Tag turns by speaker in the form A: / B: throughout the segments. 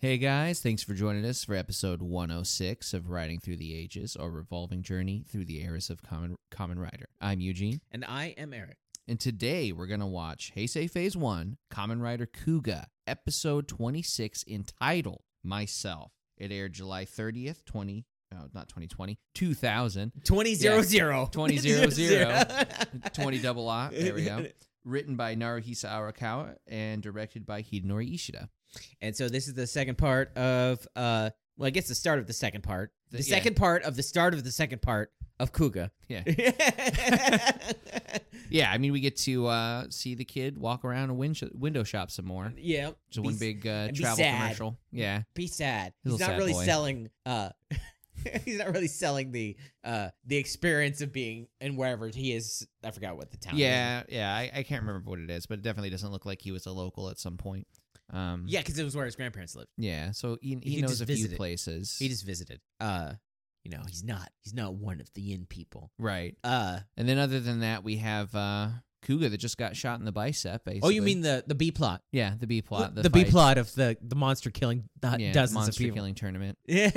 A: Hey guys, thanks for joining us for episode 106 of Riding Through the Ages, our revolving journey through the eras of Common Common Rider. I'm Eugene,
B: And I am Eric.
A: and today we're going to watch Heisei Phase 1, Common Rider Kuga, episode 26 entitled Myself. It aired July 30th, 20 Oh, not 2020, 2000,
B: 20
A: Yeah.
B: 0 0.
A: 20 0 0. 20 double lot. There we go. Written by Naruhisa Arakawa and directed by Hidenori Ishida.
B: And so this is the second part of, uh, well, I guess the start of the second part.
A: The-
B: The,
A: yeah.
B: second part of the start of the second part of Kuga.
A: Yeah. Yeah, I mean, we get to uh, see the kid walk around a win- window shop some more.
B: yeah.
A: Just one
B: Be-
A: big uh,
B: and be
A: travel
B: sad.
A: commercial. Yeah,
B: Be sad.
A: Little
B: He's not
A: sad
B: really
A: boy.
B: selling, uh, he's not really selling the, uh, the experience of being in wherever he is. I forgot what the town is.
A: yeah, yeah. I, I can't remember what it is, but it definitely doesn't look like he was a local at some point. Um,
B: Yeah, because it was where his grandparents lived.
A: yeah. So he, he,
B: He
A: knows
B: just
A: a few
B: visited.
A: places.
B: He just visited. Uh, you know, he's not, he's not one of the inn people.
A: right.
B: Uh,
A: And then other than that, we have uh, Kuga that just got shot in the bicep. Basically.
B: Oh, you mean the the B plot?
A: yeah, the B plot, the,
B: B
A: fight.
B: plot of the the monster killing uh, the
A: yeah, the
B: dozens of
A: monster
B: people.
A: killing tournament.
B: Yeah,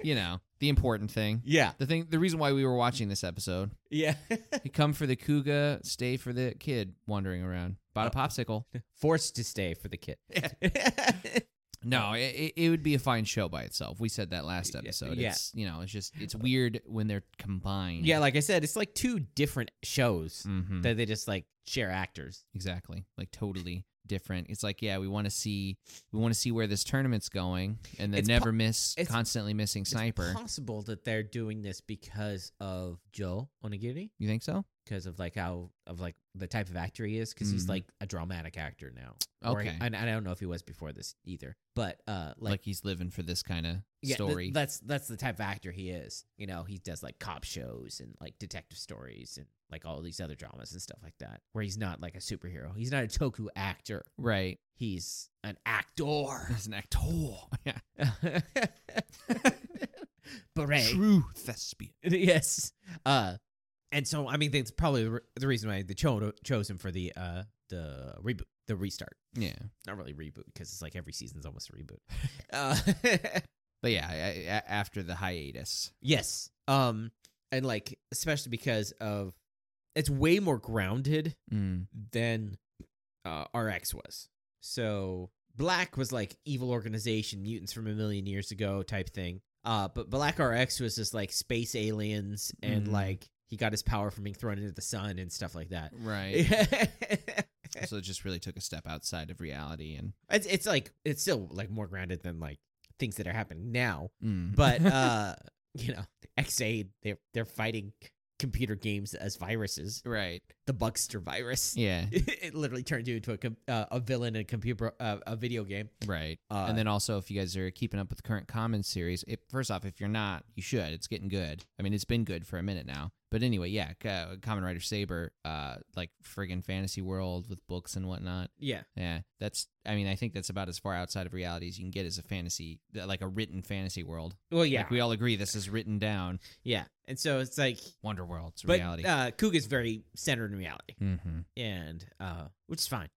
A: You know, the important thing.
B: yeah,
A: The thing, the reason why we were watching this episode.
B: yeah.
A: You come for the Kuga, stay for the kid wandering around. Bought
B: Oh.
A: a popsicle.
B: Forced to stay for the kid.
A: No, it- it, it would be a fine show by itself. We said that last
B: Yeah,
A: episode.
B: yeah.
A: It's you know, it's just it's weird when they're combined.
B: yeah, like I said, it's like two different shows
A: Mhm,
B: that they just like share actors.
A: exactly. Like totally different. It's like yeah, we want to see we want to see where this tournament's going, and then
B: It's
A: never miss
B: it's-
A: constantly missing sniper.
B: It's possible that they're doing this because of Joe Onigiri,
A: you think so?
B: because of like how of like the type of actor he is, because
A: Mhm.
B: he's like a dramatic actor now. Or he-
A: Okay.
B: and I don't know if he was before this either, but uh,
A: Like,
B: like
A: he's living for this kind of
B: Yeah, th-
A: story.
B: that's that's the type of actor he is. You know, he does like cop shows and like detective stories and like all these other dramas and stuff like that, where he's not like a superhero. He's not a toku actor.
A: right.
B: He's an actor.
A: As an actor. Yeah.
B: Beret.
A: True thespian.
B: Yes. Uh, and so I mean that's probably the re- the reason why they cho- chose him for the uh the reboot, the restart.
A: Yeah.
B: Not really reboot because it's like every season's almost a reboot. Uh,
A: But yeah, I, I, a- after the hiatus.
B: Yes. Um and like especially because of it's way more grounded
A: Mm.
B: than uh RX was. So Black was like evil organization mutants from a million years ago type thing. Uh but Black RX was just like space aliens and
A: Mm.
B: like he got his power from being thrown into the sun and stuff like that.
A: Right.
B: it's
A: so it just really took a step outside of reality and
B: it's like it's still like more grounded than like things that are happening now,
A: Mm.
B: but uh you know xA they're they're fighting computer games as viruses
A: right
B: the bugster virus
A: yeah
B: it literally turned you into a com- uh, a villain in a computer uh, a video game
A: right
B: uh,
A: and then also if you guys are keeping up with the current commons series it, first off if you're not you should it's getting good i mean it's been good for a minute now but anyway yeah c- uh, common rider saber uh like friggin fantasy world with books and whatnot
B: yeah
A: yeah that's i mean i think that's about as far outside of reality as you can get as a fantasy th- like a written fantasy world
B: well yeah
A: like we all agree this is written down
B: yeah and so it's like
A: wonder world it's
B: but
A: reality
B: uh Kuga's very centered in reality
A: mm-hmm.
B: and uh which is fine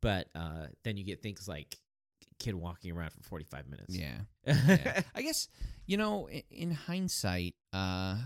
B: but uh then you get things like kid walking around for 45 minutes
A: yeah yeah. I guess you know, in, in hindsight, uh,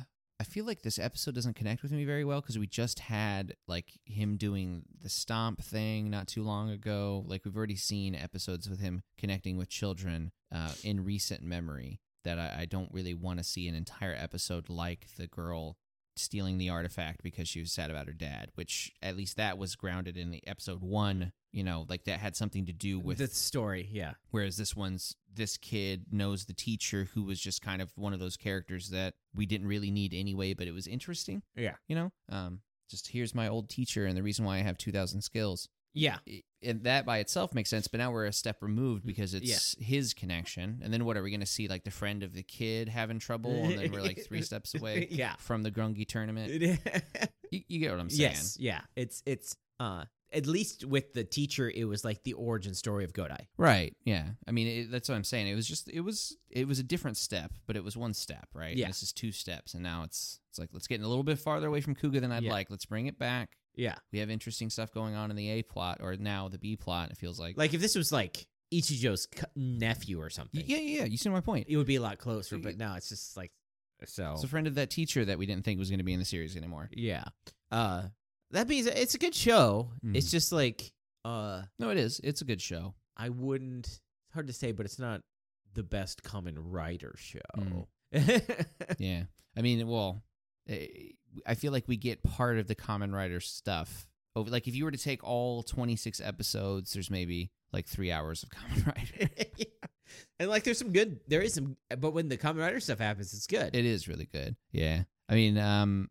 A: I feel like this episode doesn't connect with me very well because we just had like him doing the stomp thing not too long ago. Like we've already seen episodes with him connecting with children uh, in recent memory that I, I don't really want to see an entire episode like the girl stealing the artifact because she was sad about her dad which at least that was grounded in the episode one you know like that had something to do with
B: the story yeah
A: Whereas this one's this kid knows the teacher who was just kind of one of those characters that we didn't really need anyway, but it was interesting.
B: Yeah.
A: You know? Um just here's my old teacher and the reason why I have 2000 skills.
B: yeah
A: I- And that by itself makes sense, but now we're a step
B: Mm,
A: removed because it's his connection. And then what are we going to see like the friend of the kid having trouble and then we're like 3 steps away
B: yeah
A: from the Grungy tournament? You, you get what I'm saying?
B: Yes, yeah. It's it's uh at least with the teacher it was like the origin story of Godai.
A: Right. Yeah. I mean, it, that's what I'm saying. It was just it was it was a different step, but it was one step, right? And
B: Yeah.
A: This is two steps, and now it's it's like let's get a little bit farther away from Kuga than I'd
B: Yeah.
A: like. Let's bring it back.
B: Yeah.
A: We have interesting stuff going on in the A plot, or now the B plot. It feels like,
B: Like if this was like Ichijo's c- nephew or something.
A: Yeah, yeah, yeah. You see my point.
B: It would be a lot closer, but now it's just like so.
A: It's a friend of that teacher that we didn't think was going to be in the series anymore.
B: yeah. Uh, that means it's a good show.
A: Mhm.
B: It's just like uh,
A: No, it is. It's a good show.
B: I wouldn't. It's hard to say, but it's not the best common writer show.
A: Mm. yeah. I mean, well, eh, I feel like we get part of the Common Writer stuff. Over, like, if you were to take all 26 episodes, there's maybe like three hours of Common Writer.
B: yeah. And like, there's some good. There is some, but when the common writer stuff happens, it's good.
A: It is really good. Yeah. I mean, um,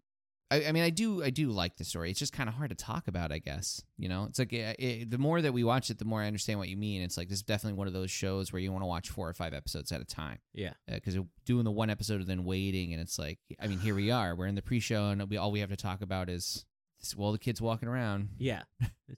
A: I, I mean, I do, I do like the story. It's just kind of hard to talk about, I guess. You know, it's like eh, eh, the more that we watch it, the more I understand what you mean. It's like this is definitely one of those shows where you want to watch four or five episodes at a time.
B: yeah.
A: because doing the one episode and then waiting, and it's like, I mean, here we are. We're in the pre-show, and we all we have to talk about is, this, well, the kid's walking around,
B: Yeah.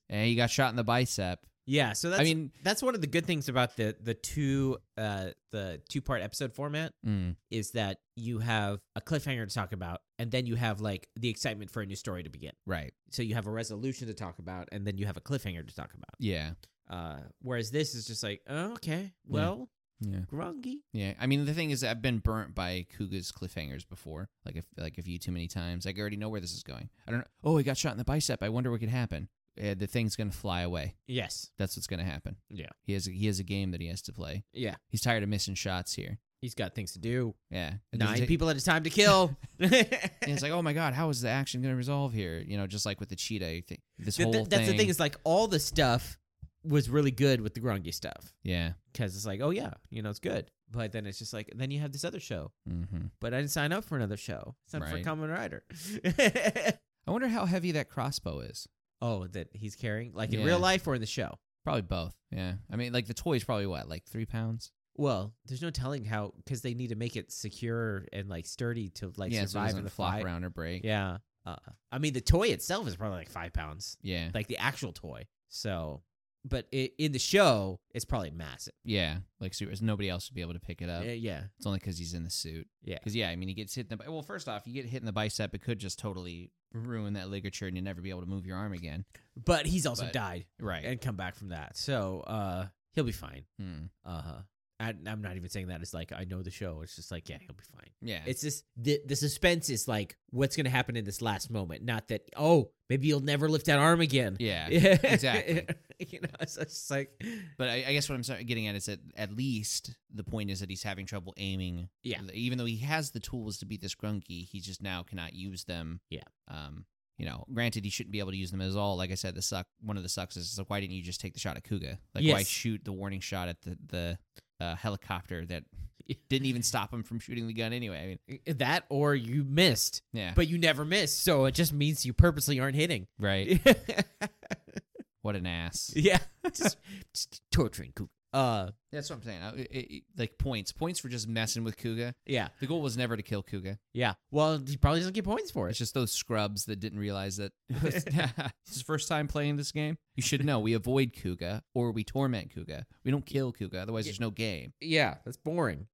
A: and he got shot in the bicep.
B: Yeah. So that's.
A: I mean,
B: that's one of the good things about the the two uh the two part episode format
A: mm,
B: is that you have a cliffhanger to talk about and then you have like the excitement for a new story to begin
A: right?
B: so you have a resolution to talk about and then you have a cliffhanger to talk about
A: Yeah,
B: uh whereas this is just like oh, okay well
A: yeah,
B: grungy
A: yeah. I mean, the thing is, I've been burnt by Kuga's cliffhangers before. Like, if like if you too many times, like, I already know where this is going. I don't know. Oh, he got shot in the bicep. I wonder what could happen. Uh, the thing's gonna fly away.
B: yes
A: That's what's gonna happen.
B: Yeah.
A: he has a, he has a game that he has to play.
B: yeah
A: He's tired of missing shots here.
B: he's got things to do
A: Yeah, It doesn't
B: nine
A: take-
B: people at a time to kill Th-
A: and it's like, oh my god, how is the action going to resolve here? You know, just like with the cheetah thing, this
B: th-
A: whole
B: that's the thing is like all the stuff was really good with the grungy stuff
A: yeah,
B: because it's like, oh yeah, you know, it's good. But then it's just like, then you have this other show.
A: hmm
B: But I didn't sign up for another show. It's not for
A: Right.
B: Common Rider.
A: I wonder how heavy that crossbow is.
B: oh, that he's carrying, like in
A: Yeah.
B: real life or in the show.
A: Probably both. Yeah, I mean, like the toy's probably what, like three pounds.
B: Well, there's no telling how because they need to make it secure and like sturdy to like
A: yeah, so it
B: survive
A: doesn't
B: in the
A: flop
B: fly.
A: around or break.
B: Yeah. Uh, I mean, the toy itself is probably like five pounds,
A: yeah,
B: like the actual toy. So, but i in the show, it's probably massive.
A: yeah. Like super, nobody else would be able to pick it up.
B: Uh, yeah.
A: it's only because he's in the suit.
B: Yeah.
A: Because yeah, I mean, he gets hit in the. bi- Well, first off, you get hit in the bicep, it could just totally ruin that ligature, and you never be able to move your arm again.
B: But he's also
A: But-
B: died
A: Right.
B: and come back from that. So, uh, he'll be fine.
A: Hmm.
B: Uh huh. I'm not even saying that as like I know the show. It's just like yeah, he'll be fine.
A: Yeah.
B: It's just the the suspense is like what's gonna happen in this last moment. Not that oh maybe you'll never lift that arm again.
A: yeah.
B: exactly.
A: exactly.
B: you know, so it's just like
A: But I, I guess what I'm sorry- getting at is that at least the point is that he's having trouble aiming.
B: Yeah.
A: Even though he has the tools to beat this grunky, he just now cannot use them.
B: Yeah.
A: Um. You know, granted, he shouldn't be able to use them at all. Like I said, the suck. One of the sucks is like, why didn't you just take the shot at Kuga? Like, why
B: Yes.
A: shoot the warning shot at the the uh, helicopter that didn't even stop him from shooting the gun anyway? I mean,
B: eh, that or you missed,
A: yeah.
B: but you never miss, so it just means you purposely aren't hitting.
A: right. What an ass.
B: yeah, just, just torturing. Coop. Uh,
A: That's what I'm saying. I- it- it- like points, points for just messing with Kuga.
B: yeah,
A: The goal was never to kill Kuga.
B: yeah. Well, he probably doesn't get points for it.
A: It's just those scrubs that didn't realize that this is his first time playing this game. You should know we avoid Kuga or we torment Kuga. We don't kill Kuga, otherwise there's no game.
B: yeah, that's boring.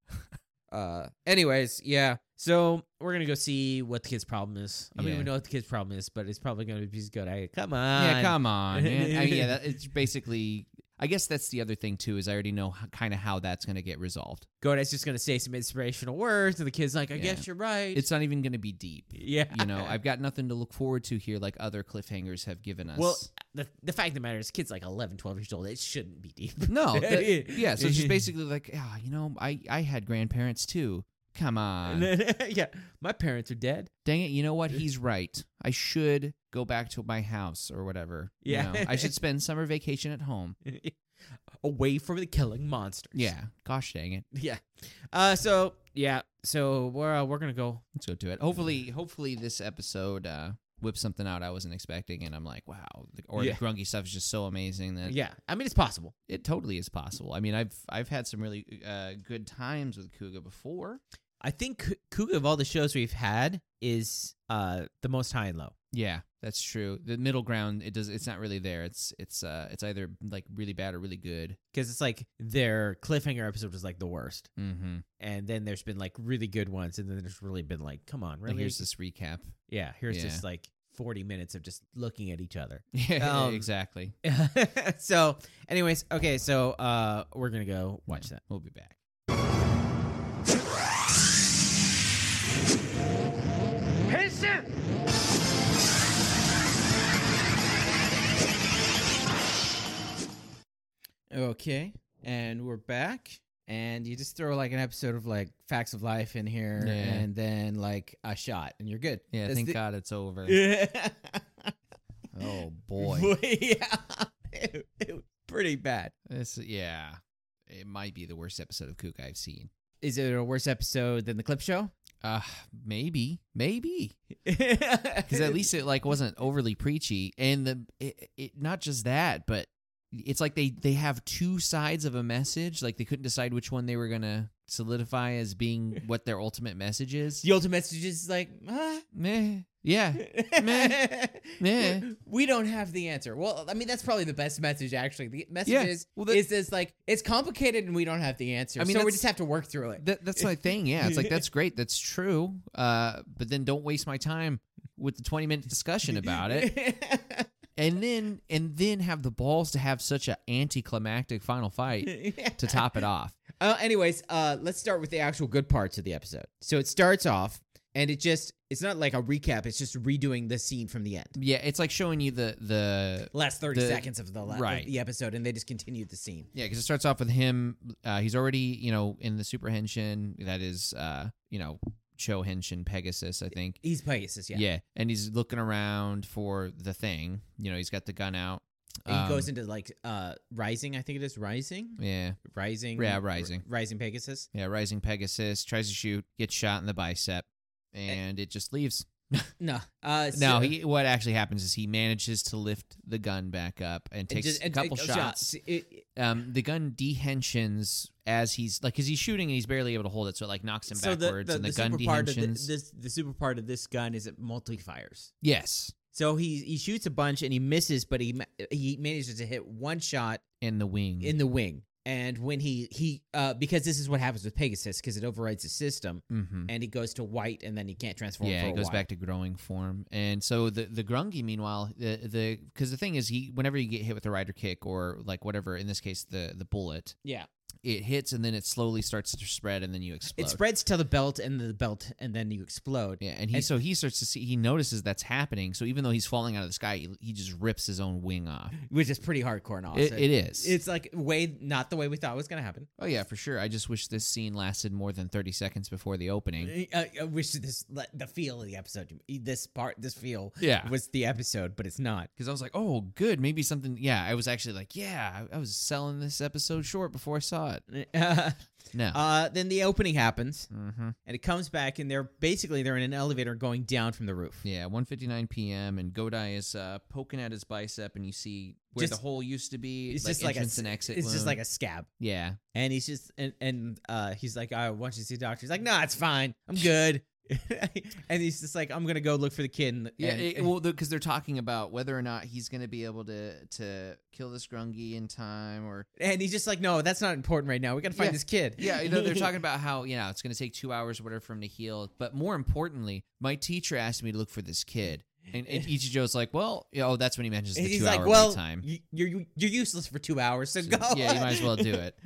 B: uh anyways, yeah. So we're gonna go see what the kid's problem is. I mean
A: Yeah.
B: we know what the kid's problem is, but it's probably gonna be he's good. I come on.
A: yeah, come on. man. I mean, yeah, that, it's basically. I guess that's the other thing too is I already know kind of how that's going to get resolved.
B: Godai's just gonna say some inspirational words and the kid's like, I
A: Yeah.
B: guess you're right.
A: It's not even going to be deep.
B: yeah.
A: You know, I've got nothing to look forward to here like other cliffhangers have given us.
B: Well, the the fact of the matter is the kid's like 11, 12 years old. It shouldn't be deep.
A: no, that- yeah. So it's just basically like, ah, you know, I I had grandparents too. Come on.
B: yeah. My parents are dead.
A: dang it, you know what? He's right. I should go back to my house or whatever. you
B: Yeah.
A: know. I should spend summer vacation at home.
B: Away from the killing monsters.
A: Yeah. Gosh dang it.
B: Yeah. Uh so yeah. So we're uh, we're gonna go
A: Let's go do it. Hopefully, hopefully this episode uh, whips something out I wasn't expecting, and I'm like, wow. The- Or
B: Yeah.
A: the grungy stuff is just so amazing that
B: Yeah. I mean it's possible.
A: it totally is possible. I mean, I've I've had some really uh, good times with Kuga before.
B: I think K- Kuga of all the shows we've had is uh the most high and low.
A: Yeah, that's true. The middle ground, it does. It's not really there. It's it's uh, it's either like really bad or really good.
B: Because it's like their cliffhanger episode was like the worst.
A: Mm-hmm.
B: And then there's been like really good ones, and then there's really been like, come on, really?
A: Like here's this recap.
B: yeah, here's
A: Yeah.
B: just like 40 minutes of just looking at each other.
A: Yeah,
B: Um,
A: exactly.
B: so, anyways, okay, so uh, we're going to go watch that.
A: We'll be back.
B: Okay. And we're back. And you just throw like an episode of like Facts of Life in here
A: Yeah.
B: and then like a shot and you're good.
A: Yeah,
B: That's
A: thank
B: the-
A: God it's over. oh boy,
B: Boy, yeah. It- it was pretty bad.
A: this yeah, it might be the worst episode of Kook I've seen.
B: Is it a worse episode than the clip show?
A: Uh, maybe, maybe because
B: Because
A: at least it like wasn't overly preachy, and the it, it not just that, but it's like they they have two sides of a message. Like they couldn't decide which one they were gonna solidify as being what their ultimate message is.
B: the ultimate message is like, huh?
A: Meh. Yeah. Meh. Meh.
B: We don't have the answer. Well, I mean, that's probably the best message, actually. The message
A: Yeah.
B: is,
A: Well, that-
B: is this like, it's complicated and we don't have the answer.
A: I
B: I
A: mean,
B: mean, so we
A: that's-
B: just have to work through it.
A: That, that's my thing. Yeah, it's like that's great. That's true. Uh, but then don't waste my time with the twenty minute discussion about it, and then and then have the balls to have such a anticlimactic final fight to top it off.
B: Uh, anyways, uh, let's start with the actual good parts of the episode. So it starts off, and it just, it's not like a recap, it's just redoing the scene from the end.
A: Yeah, it's like showing you the the
B: Last 30
A: The-
B: seconds of the, la-
A: right.
B: of the episode, and they just continued the scene.
A: yeah because it starts off with him. Uh, he's already you know in the superhension that is uh you know Cho Henshin Pegasus I think.
B: He's Pegasus, yeah.
A: Yeah. and he's looking around for the thing. You know, he's got the gun out.
B: And he goes
A: Um,
B: into like uh Rising, I think it is Rising,
A: yeah,
B: Rising,
A: Yeah, Rising.
B: Rising Pegasus.
A: Yeah, rising Pegasus tries to shoot, gets shot in the bicep,
B: Eh.
A: and it just leaves.
B: No, uh,
A: No,
B: so-
A: he, what actually happens is he manages to lift the gun back up and
B: and
A: takes
B: just-
A: a
B: and
A: couple
B: take- oh,
A: shots.
B: It- it-
A: Um, the gun dehensions as he's like, because he's shooting and he's barely able to hold it, so it like knocks him
B: so the,
A: backwards,
B: the,
A: and
B: the
A: the, gun
B: super part of thi-
A: dehensions.
B: this the super part of this gun is it multi fires.
A: yes,
B: So he he shoots a bunch and he misses, but he ma- he manages to hit one shot
A: in the wing.
B: in the wing. And when he he uh because this is what happens with Pegasus because it overrides the system
A: mm-hmm.
B: and he goes to white and then he can't transform.
A: Yeah,
B: for
A: it
B: a
A: goes
B: while.
A: back to growing form, and so the the grungy. Meanwhile, the the because the thing is, he whenever you get hit with a rider kick or like whatever, in this case the the bullet,
B: Yeah,
A: it hits and then it slowly starts to spread and then you explode.
B: it spreads to the belt and the belt and then you explode.
A: Yeah, and he
B: and-
A: so he starts to see he notices that's happening. So even though he's falling out of the sky, he, he just rips his own wing off.
B: which is pretty hardcore and awesome.
A: It, it is.
B: It's like way not the way we thought it was gonna happen.
A: oh yeah, for sure. I just wish this scene lasted more than thirty seconds before the opening.
B: I, I wish uh, this le- the feel of the episode, this part, this feel
A: Yeah,
B: was the episode, but it's not.
A: because I was like, oh good, maybe something. Yeah, I was actually like, yeah, I, I was selling this episode short before I saw it.
B: Uh,
A: No.
B: then the opening happens,
A: mm-hmm.
B: and it comes back, and they're basically they're in an elevator going down from the roof.
A: Yeah, 1:59 p.m. and Godai is uh, poking at his bicep, and you see where the
B: Just-
A: hole used to be.
B: It's
A: like
B: just like a,
A: entrance
B: s-
A: and exit.
B: It's just
A: wound.
B: like a scab.
A: yeah.
B: And he's just and, and uh he's like, I want you to see a doctor. He's like, Nah, it's fine. I'm good. and he's just like, I'm gonna go look for the kid. And,
A: Yeah,
B: and-
A: it, well, because they're talking about whether or not he's going to be able to to kill this grungy in time, or
B: And he's just like, no, that's not important right now. We got to find
A: Yeah.
B: this kid.
A: yeah, you know, they're talking about how you know it's going to take two hours or whatever for him to heal. But more importantly, my teacher asked me to look for this kid, and, and Ichijo's like, "Well, yeah, oh, that's when he mentions
B: And
A: the
B: he's
A: two
B: like,
A: hour
B: well,
A: time.
B: y- you're you- you're useless for two hours, so, go.
A: yeah, you might as well do it.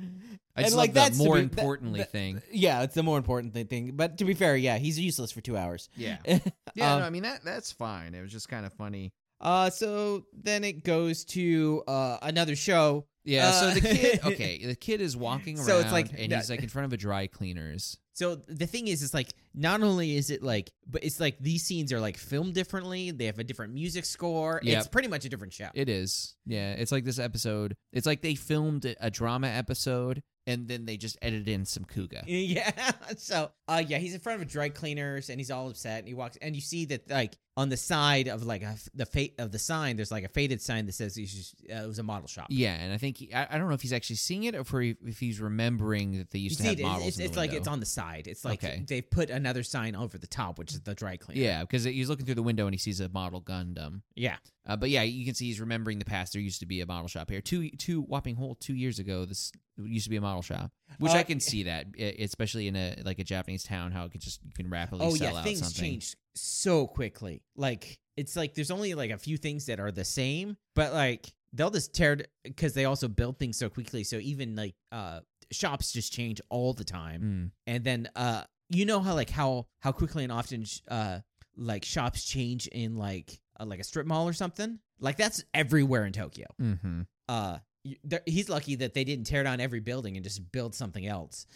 A: I
B: And,
A: just
B: like,
A: love
B: that's
A: the
B: to
A: more
B: be- that-
A: importantly
B: that-
A: thing.
B: Yeah, it's the more important thi- thing. But to be fair, yeah, he's useless for two hours.
A: Yeah, yeah.
B: Yeah,
A: no,
B: no,
A: I mean that that's fine. It was just kind of funny.
B: Uh, so then it goes to uh another show.
A: Yeah. so
B: Uh,
A: the kid, okay, the kid is walking around,
B: So it's like-
A: and
B: yeah.
A: he's like in front of a dry cleaners.
B: So the thing is, it's like not only is it like, but it's like these scenes are like filmed differently. They have a different music score. It's
A: Yep.
B: pretty much a different show.
A: It is. Yeah. It's like this episode. It's like they filmed a- a drama episode and then they just edited in some cougar.
B: Yeah. So, uh, yeah, he's in front of a dry cleaners and he's all upset and he walks and you see that like on the side of like a, the fate of the sign, there's like a faded sign that says he's just, uh, it was a model shop.
A: Yeah, and I think he, I, I don't know if he's actually seeing it or if, he, if he's remembering that they
B: You
A: used
B: see,
A: to
B: it,
A: have
B: it's-
A: models.
B: it's,
A: in the
B: it's like it's
A: window.
B: on the side. It's like
A: Okay.
B: they've put another sign over the top, which is the dry cleaner.
A: Yeah, because he's looking through the window and he sees a model Gundam.
B: Yeah.
A: Uh, but yeah, you can see he's remembering the past. There used to be a model shop here. Two two whopping whole two years ago, this used to be a model shop, which
B: Uh,
A: I can see that, e- especially in a like a Japanese town, how it could just you can rapidly
B: Oh,
A: sell
B: yeah.
A: out
B: Things
A: something.
B: changed so quickly. Like, it's like there's only like a few things that are the same, but like they'll just tear because they also build things so quickly. So even like uh shops just change all the time,
A: Mm.
B: and then uh you know how like how how quickly and often sh- uh like shops change in like uh, like a strip mall or something like that's everywhere in Tokyo.
A: Mm-hmm.
B: Uh. y- there- He's lucky that they didn't tear down every building and just build something else.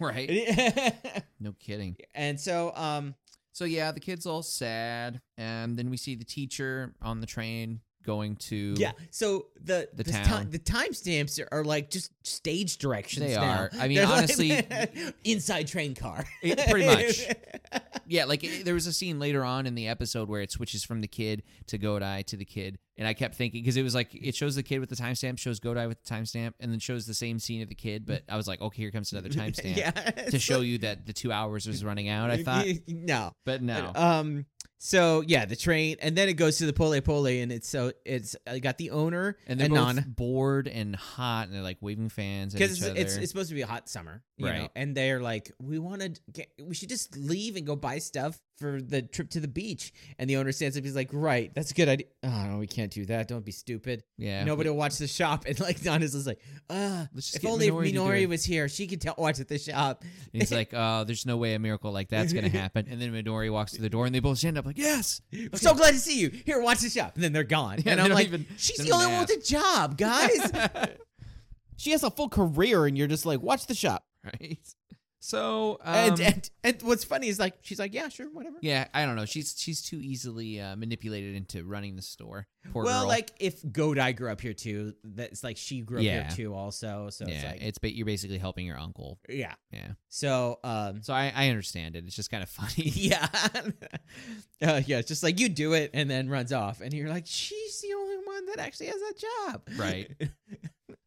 A: Right. No kidding.
B: and so, um,
A: So yeah, the kid's all sad, and then we see the teacher on the train going to
B: Yeah. So the
A: The
B: the ti-
A: town.
B: the timestamps are, are like just stage directions.
A: They
B: now.
A: are. I mean,
B: like-
A: honestly-
B: inside train car.
A: It- pretty much. Yeah, like it, there was a scene later on in the episode where it switches from the kid to Godai to the kid, and I kept thinking because it was like it shows the kid with the timestamp, shows Godai with the timestamp, and then shows the same scene of the kid. But I was like, okay, here comes another timestamp
B: yeah.
A: to show you that the two hours was running out. I thought,
B: No.
A: but no,
B: Um. So yeah, the train, and then it goes to the pole pole, and it's so it's I got the owner
A: and they're
B: non
A: both bored and hot, and they're like waving fans at
B: because
A: each
B: it's,
A: other.
B: it's it's supposed to be a hot summer, you Know?
A: Right.
B: And they're like, we want to get, we should just leave and go buy stuff for the trip to the beach. And the owner stands up, he's like, right, that's a good idea. Oh no, we can't do that. Don't be stupid.
A: yeah,
B: Nobody will watch the shop. And like Donna's just like, ah,
A: Let's just
B: if
A: get
B: only
A: Minori to
B: if
A: do
B: Minori
A: it."
B: was here, she could tell watch at the shop.
A: And he's like, "Oh, there's no way a miracle like that's gonna happen." And then Midori walks to the door, and they both stand up like, "Yes!"
B: So glad to see you. Here, watch the shop. And then they're gone.
A: Yeah,
B: and
A: they
B: I'm
A: don't
B: like,
A: even-
B: she's
A: they
B: the
A: don't
B: only
A: even
B: one with a job, guys.
C: She has a full career, and you're just like, watch the shop.
A: right. So, um,
B: and, and and what's funny is like she's like, yeah, sure, whatever.
A: yeah, I don't know. She's she's too easily uh, manipulated into running the store. Poor
B: well,
A: girl.
B: like if Godai grew up here too, that's like she grew up
A: Yeah.
B: here too, also. So it's
A: yeah,
B: like,
A: it's, ba- you're basically helping your uncle.
B: yeah,
A: Yeah.
B: So, um,
A: So I, I understand it. It's just kind of funny.
B: yeah, uh, yeah, it's just like you do it and then runs off, and you're like, she's the only one that actually has that job,
A: Right.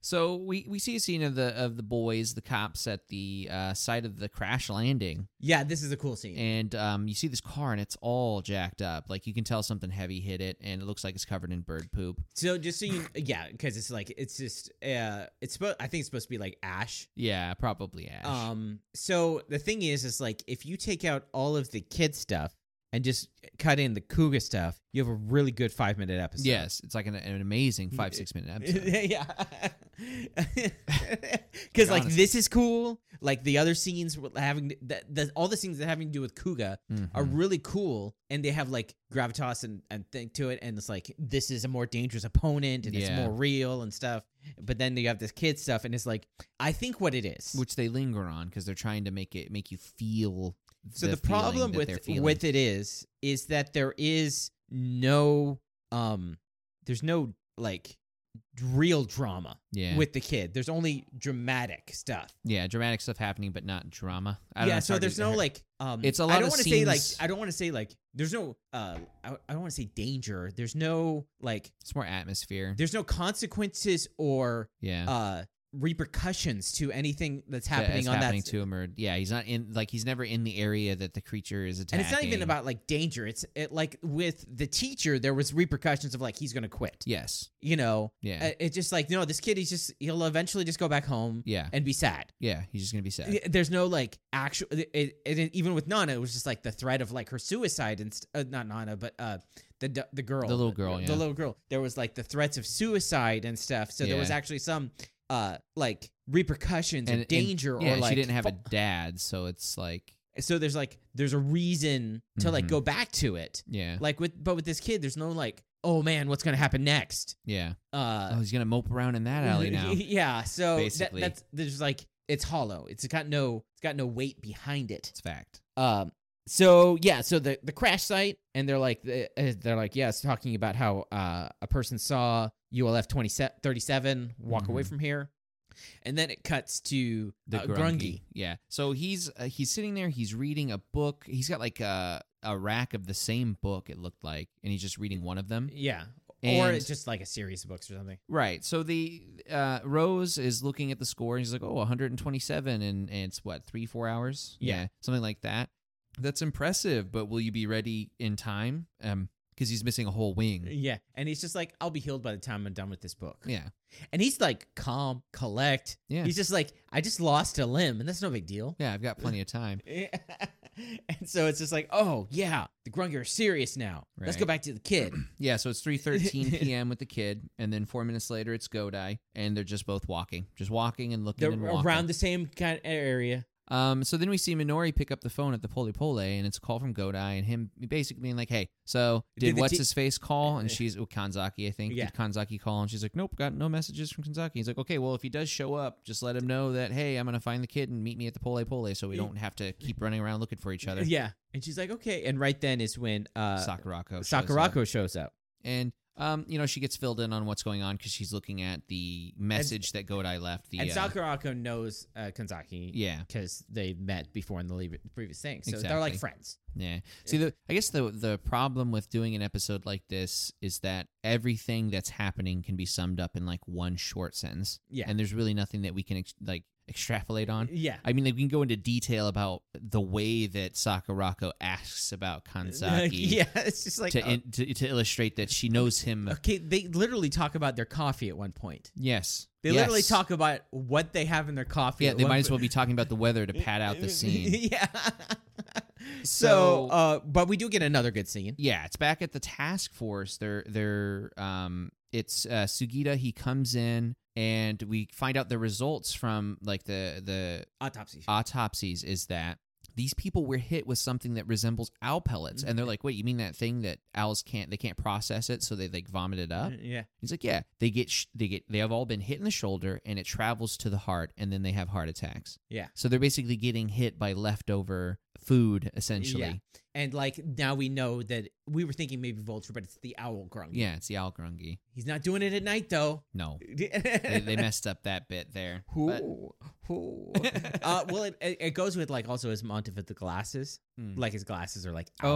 A: so we, we see a scene of the of the boys, the cops at the uh, site of the crash landing,
B: yeah, this is a cool scene.
A: and um, you see this car, and it's all jacked up. Like you can tell something heavy hit it, and it looks like it's covered in bird poop.
B: so just so you, yeah, because it's like it's just, uh, it's supposed. I think it's supposed to be like ash.
A: Yeah, probably ash.
B: Um. So the thing is, is like if you take out all of the kid stuff and just cut in the cougar stuff, you have a really good five minute episode.
A: Yes, it's like an, an amazing five six minute episode.
B: yeah. Because like
A: Honestly.
B: this is cool. Like the other scenes were having the, the all the scenes that having to do with Kuga are
A: Mhm.
B: really cool, and they have like gravitas and and thing to it, and it's like this is a more dangerous opponent, and it's
A: Yeah.
B: more real and stuff. But then you have this kid stuff, and it's like I think what it is.
A: Which they linger on because they're trying to make it make you feel.
B: so the,
A: feeling
B: problem
A: that
B: with
A: they're feeling.
B: with it is is that there is no um there's no like real drama
A: yeah
B: with the kid. There's only dramatic stuff.
A: yeah dramatic stuff happening, but not drama. I don't know,
B: yeah,
A: it's
B: so
A: hard to-
B: there's no
A: hard-
B: like um
A: It's a
B: I
A: lot
B: don't
A: of
B: wanna say like
A: scenes-
B: I don't want to say like there's no uh I, I don't want to say danger. There's no like
A: It's more atmosphere.
B: there's no consequences or
A: Yeah,
B: uh repercussions to anything that's
A: That-
B: happening
A: it's
B: on
A: happening
B: that
A: to him, or yeah, he's not in like he's never in the area that the creature is
B: and
A: attacking.
B: it's not even about like danger. It's it, like with the teacher, there was repercussions of like he's gonna quit.
A: yes,
B: You know,
A: yeah,
B: Uh, it's just like no, this kid, he's just he'll eventually just go back home
A: yeah,
B: and be sad.
A: yeah. He's just gonna be sad.
B: Y- There's no like actual. It, it, it- even with Nana, it was just like the threat of like her suicide and st- uh, not Nana, but uh the d- the girl,
A: The little girl, yeah.
B: the little girl. There was like the threats of suicide and stuff. So there was
A: Yeah.
B: actually some uh like repercussions and,
A: and
B: danger
A: yeah,
B: or like
A: she didn't have a
B: fu-
A: dad, so it's like
B: so there's like there's a reason to like
A: Mhm.
B: go back to it.
A: yeah,
B: Like with but with this kid, there's no like oh man, what's gonna happen next?
A: yeah.
B: Uh,
A: Oh, he's gonna mope around in Oh, that alley now.
B: yeah. So that,
A: Basically.
B: that's there's like it's hollow. It's got no it's got no weight behind it.
A: It's fact.
B: Um. So yeah. So the the crash site, and they're like the- uh, they're like yeah, it's talking about how uh a person saw ULF 20, 37 walk away
A: Mhm.
B: from here, and then it cuts to
A: the
B: uh,
A: grungy.
B: Grungy.
A: Yeah. So he's uh, he's sitting there. He's reading a book. He's got like a a rack of the same book. It looked like, and he's just reading one of them.
B: Yeah. or
A: And-
B: it's just like a series of books or something.
A: Right. So the uh, Rose is looking at the score, and she's like, "Oh, 127, and, and it's what three four hours?
B: Yeah.
A: something like that. That's impressive. But will you be ready in time? Um, because he's missing a whole wing.
B: Yeah. And he's just like, I'll be healed by the time I'm done with this book.
A: Yeah.
B: And he's like calm, collect.
A: Yeah.
B: He's just like, I just lost a limb, and that's no big deal.
A: Yeah. I've got plenty of time.
B: Yeah. and so it's just like, oh yeah, the Grungy are serious now. Let's go
A: Right.
B: back to the kid.
A: Yeah, so it's 3:13 p.m. with the kid, and then four minutes later it's Godai, and they're just both walking, just walking and looking
B: They're
A: and walking.
B: around the same kind of area.
A: um, so then we see Minori pick up the phone at the Poli Pole, and it's a call from Godai, and him basically being like, "Hey, so
B: Did
A: did,
B: the
A: what's
B: t-
A: his face call?" And she's oh, Kanzaki, I think.
B: Yeah.
A: Did Kanzaki call? And she's like, "Nope, got no messages from Kanzaki." He's like, "Okay, well if he does show up, just let him know that hey, I'm gonna find the kid and meet me at the Pole Pole, so we
B: Y-
A: don't have to keep running around looking for each other."
B: Yeah, and she's like, okay. And right then is when uh,
A: Sakurako. shows up.
B: Sakurako shows up.
A: and um, you know she gets filled in on what's going on because she's looking at the message that Godai left. The
B: And
A: uh,
B: Sakurako knows uh, Kanzaki
A: yeah,
B: because they met before in the le- previous thing. So they're
A: Exactly.
B: like friends.
A: yeah. See, the, I guess the the problem with doing an episode like this is that everything that's happening can be summed up in like one short sentence,
B: Yeah.
A: and there's really nothing that we can ex- like extrapolate on.
B: yeah.
A: I mean, like, we can go into detail about the way that Sakurako asks about Kanzaki
B: Uh, yeah, it's just like
A: to,
B: oh,
A: in, to to illustrate that she knows him.
B: okay, they literally talk about their coffee at one point.
A: Yes,
B: They literally
A: Yes.
B: talk about what they have in their coffee.
A: Yeah,
B: at
A: they
B: one
A: might as
B: po-
A: well be talking about the weather to pad out the scene.
B: yeah. so,
A: So-
B: uh, but we do get another good scene.
A: Yeah, it's back at the task force. They're they're um it's uh Sugita, he comes in and we find out the results from like the the
B: Autopsy.
A: autopsies is that these people were hit with something that resembles owl pellets and they're like, "Wait, you mean that thing that owls can't they can't process it so they like vomit it up?"
B: yeah.
A: He's like, "Yeah, they get sh- they get they have all been hit in the shoulder and it travels to the heart and then they have heart attacks."
B: Yeah.
A: So they're basically getting hit by leftover food essentially.
B: Yeah. And like now we know that we were thinking maybe vulture, but it's the owl grung.
A: Yeah, it's the owl grungy.
B: He's not doing it at night though.
A: No, they,
B: they,
A: they messed up that bit there. but-
B: Who? Who? uh, well, it, it it goes with like also his Montevid the glasses.
A: Mm.
B: Like his glasses are like owl-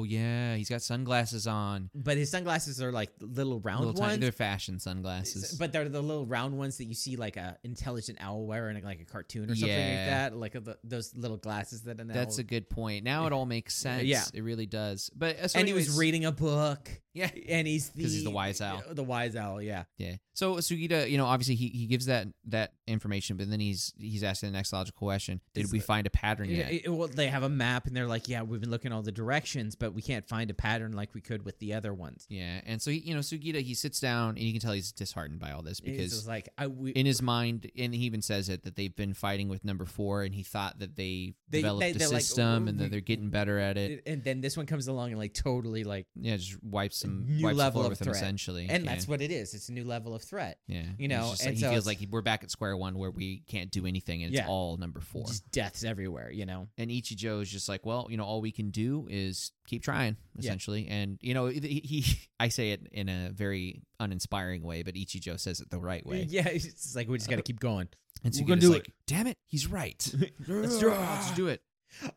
A: oh yeah, he's got sunglasses on.
B: but his sunglasses are like little round
A: Little tiny,
B: ones.
A: they're fashion sunglasses.
B: but they're the little round ones that you see like a intelligent owl wear in like a cartoon or something like
A: Yeah.
B: that. Like uh, the, those little glasses that an
A: That's a
B: owl.
A: good point. Now it all makes sense.
B: Yeah.
A: it really does. But uh, so
B: and he was
A: anyways-
B: reading a book.
A: Yeah.
B: and he's the
A: 'Cause he's the wise owl.
B: The wise owl, yeah.
A: Yeah. So Sugita, you know, obviously he, he gives that that information, but then he's he's asking the next logical question: Did
B: It's
A: we
B: like-
A: find a pattern yet?
B: It- it- well, they have a map, and they're like, "Yeah, we've been looking all the directions, but we can't find a pattern like we could with the other ones."
A: yeah. And so he, you know, Sugita he sits down, and you can tell he's disheartened by all this
B: Because
A: because
B: like, I we,
A: in his mind, and he even says it that they've been fighting with number four, and he thought that they,
B: They-
A: developed
B: they-
A: a
B: they're like,
A: system
B: "Oh,
A: and
B: we-
A: that they're getting better at it.
B: and then this one comes along and like totally like,
A: yeah, just wipes some
B: new
A: wipes the
B: level
A: floor
B: of
A: with him
B: threat.
A: essentially,
B: and
A: yeah.
B: that's what it is. It's a new level of threat,
A: yeah,
B: you
A: It's
B: know,
A: just
B: and
A: like,
B: so
A: he feels
B: it's-
A: like he, we're back at square one where we can't do anything, and it's
B: Yeah.
A: all number four.
B: just deaths everywhere, you know.
A: and Ichijo is just like, well, you know, all we can do is keep trying,
B: Yeah.
A: essentially. And you know, he, he, I say it in a very uninspiring way, but Ichijo says it the right way. Uh,
B: Yeah, it's just like we just got to keep going.
A: And
B: We're
A: so
B: gonna
A: going
B: do
A: like, damn it, he's right. Let's
B: Let's do
A: do
B: it.
A: it. Let's do it.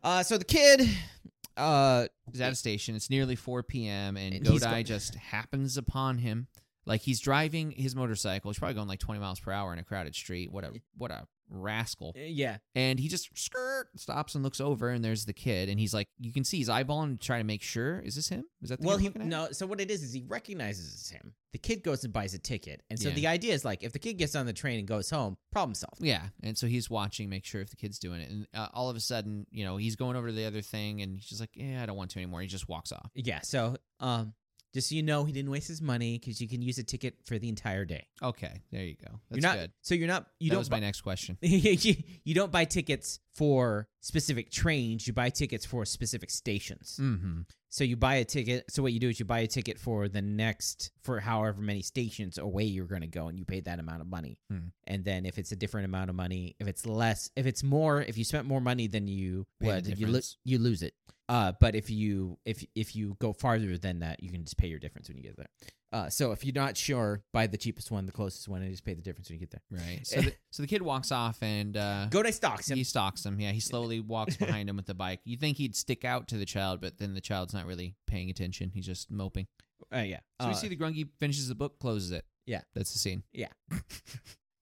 B: Uh, so the kid, uh,
A: He's at a station. It's nearly 4 p.m. and,
B: And he's
A: Godai
B: go-
A: just happens upon him. Like he's driving his motorcycle. He's probably going like 20 miles per hour in a crowded street. What a what a rascal.
B: yeah,
A: And he just skirt stops and looks over, and there's the kid, and he's like, you can see he's eyeballing to try to make sure. Is this him? Is that the
B: Well,
A: kid
B: he
A: looking at?
B: no. So what it is is he recognizes it's him. The kid goes and buys a ticket, and so
A: Yeah.
B: the idea is like if the kid gets on the train and goes home, problem solved.
A: Yeah, and so he's watching, make sure if the kid's doing it, and uh, all of a sudden, you know, he's going over to the other thing, and he's just like, "Yeah, I don't want to anymore." He just walks off.
B: Yeah. So um, just so you know, he didn't waste his money because you can use a ticket for the entire day.
A: Okay, there you go. That's
B: you're not
A: good.
B: so you're not you
A: that
B: don't
A: was
B: bu-
A: my next question.
B: you you don't buy tickets for specific trains. You buy tickets for specific stations.
A: Mm-hmm.
B: So you buy a ticket. So what you do is you buy a ticket for the next for however many stations away you're going to go, and you pay that amount of money.
A: Hmm.
B: And then if it's a different amount of money, if it's less, if it's more, if you spent more money than you
A: Pay the
B: would, you lo-
A: difference.
B: you lose it. Uh, but if you if if you go farther than that, you can just pay your difference when you get there. Uh, so if you're not sure, buy the cheapest one, the closest one, and just pay the difference when you get there.
A: Right. So, the, so the kid walks off, and uh,
B: Go to stocks.
A: he stalks him. Yeah, he slowly walks behind him with the bike. You think he'd stick out to the child, but then the child's not really paying attention. He's just moping.
B: Uh, yeah.
A: So
B: Uh,
A: we see the grungy finishes the book, closes it.
B: Yeah.
A: that's the scene,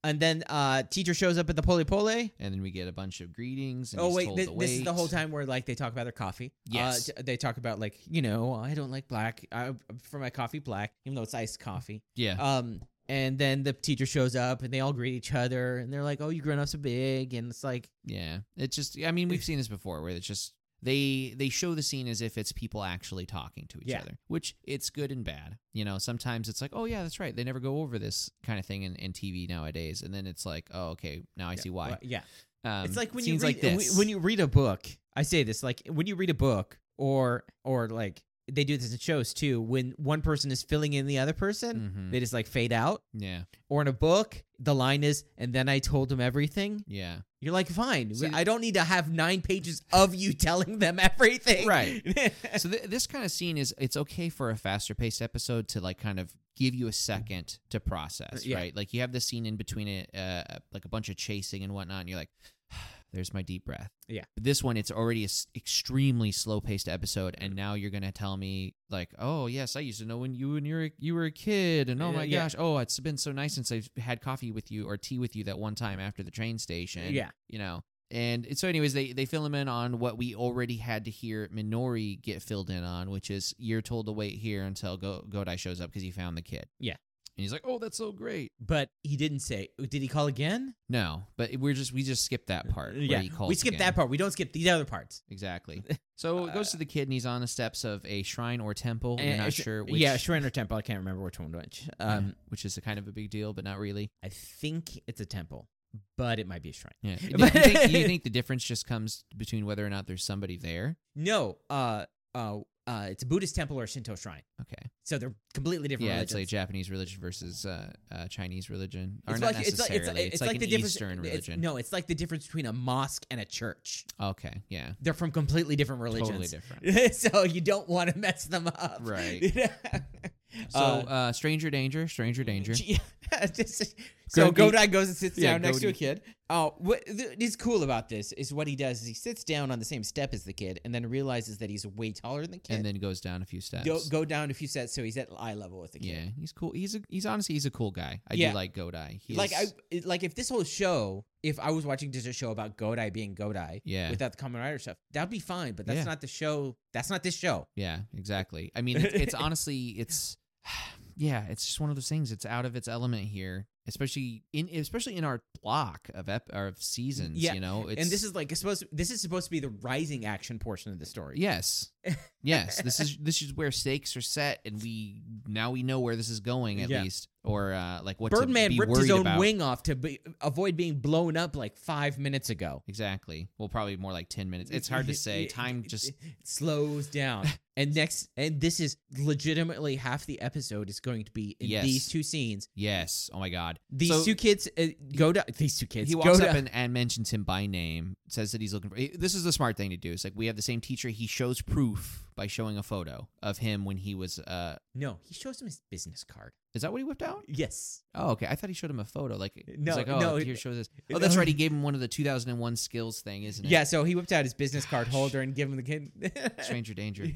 B: and then uh, teacher shows up at the pole pole.
A: and then we get a bunch of greetings. And
B: Oh
A: he's
B: wait,
A: told
B: thi-
A: to
B: this is the whole
A: wait.
B: time where like they talk about their coffee.
A: Yes.
B: uh, t- they talk about like you know "Oh, I don't like black. I for my coffee black, even though it's iced coffee.
A: Yeah.
B: Um, and then the teacher shows up and they all greet each other and they're like, "Oh, you grown up so big," and it's like,
A: Yeah, it's just. I mean, we've seen this before, where it's just they they show the scene as if it's people actually talking to each
B: Yeah.
A: other, which it's good and bad. You know, sometimes it's like, oh yeah, that's right. They never go over this kind of thing in, in TV nowadays, and then it's like, oh okay, now I see why.
B: Well, yeah.
A: Um,
B: it's like when you
A: scenes like
B: read,
A: this.
B: when you read a book. I say this like when you read a book or or like they do this in shows too. When one person is filling in the other person,
A: Mhm.
B: they just like fade out.
A: yeah
B: Or in a book, the line is "and then I told them everything."
A: yeah
B: You're like, fine.
A: See-
B: I don't need to have nine pages of you telling them everything.
A: Right. so th- this kind of scene is it's okay for a faster paced episode to like kind of give you a second to process
B: Yeah.
A: right like you have this scene in between it uh, like a bunch of chasing and whatnot and you're like there's my deep breath
B: Yeah.
A: But this one it's already a s- extremely slow paced episode and now you're gonna tell me like oh yes i used to know when you when you were you were a kid and oh
B: Yeah,
A: my
B: Uh, yeah.
A: gosh oh it's been so nice since i've had coffee with you or tea with you that one time after the train station
B: yeah.
A: you know. And it- so, anyways, they they fill him in on what we already had to hear Minori get filled in on, which is you're told to wait here until Go- Godai shows up because he found the kid.
B: Yeah.
A: and he's like, "Oh, that's so great."
B: But he didn't say. Did he call again?
A: No, but we're just we just skipped that part. where
B: yeah.
A: he calls
B: we skip
A: again.
B: that part. Uh, We don't skip these other parts.
A: exactly. So it goes to the kid, and he's on the steps of a shrine or temple. We're
B: Uh,
A: not
B: it's-
A: sure. Which,
B: Yeah, Shrine or Temple. I can't remember which one which. Um,
A: which is a kind of a big deal, but not really.
B: I think it's a temple, but it might be a shrine.
A: Yeah, do you, think, do you think the difference just comes between whether or not there's somebody there?
B: No, uh, uh, uh, it's a Buddhist temple or a Shinto shrine.
A: Okay.
B: So they're completely different.
A: yeah,
B: religions.
A: it's like Japanese religion versus uh, uh, Chinese religion, or
B: It's
A: not
B: like- it's like-
A: necessarily.
B: it's-
A: It's like, an
B: difference-
A: Eastern
B: it's-
A: religion.
B: no, it's like the difference between a mosque and a church.
A: Okay, yeah,
B: They're from completely different religions.
A: totally different.
B: so you don't want to mess them up,
A: Right. So,
B: Uh,
A: uh, Stranger Danger, Stranger Danger.
B: Gee- just- so
A: Gondi-
B: Godai goes and sits
A: Yeah,
B: down next to a
A: Gondi.
B: kid. Oh, what th- is cool about this is what he does is he sits down on the same step as the kid, and then realizes that he's way taller than the kid.
A: And then goes down a few steps.
B: go, go down a few sets, so he's at eye level with the kid.
A: yeah, he's cool. He's a, he's honestly he's a cool guy. I
B: Yeah.
A: do like Godai. He's,
B: Like I it- like if this whole show, if I was watching just a show about Godai being Godai
A: yeah,
B: without the common Rider stuff, that'd be fine. But that's
A: Yeah.
B: not the show. That's not this show.
A: yeah, exactly. I mean, it's, it's honestly, it's yeah, it's just one of those things. It's out of its element here, especially in especially in our block of ep- or of seasons.
B: Yeah,
A: you know, it's,
B: and this is like supposed. This is supposed to be the rising action portion of the story.
A: Yes. Yes. this is this is where stakes are set and we now we know where this is going at
B: Yeah.
A: least. Or uh like what to
B: Birdman
A: be
B: ripped
A: worried
B: his own
A: about.
B: wing off to be, avoid being blown up like five minutes ago.
A: Exactly. Well probably more like ten minutes. It's hard to say. Time just
B: slows down. And next, and this is legitimately half the episode is going to be in
A: Yes.
B: these two scenes.
A: Yes. Oh my god.
B: These
A: So-
B: two kids uh, go down. These two kids
A: he walks
B: go
A: up
B: down.
A: and, and mentions him by name, says that he's looking for this is the smart thing to do. It's like we have the same teacher, he shows proof by showing a photo of him when he was uh
B: no, he shows him his business card.
A: is that what he whipped out?
B: Yes,
A: Oh, okay. I thought he showed him a photo. Like, he's
B: No,
A: like, oh,
B: no,
A: here shows this. Oh,
B: it-
A: that's right. He gave him one of the 2001 skills thing, isn't it?
B: yeah. So he whipped out his business card
A: Gosh.
B: holder and gave him the kid.
A: Stranger danger.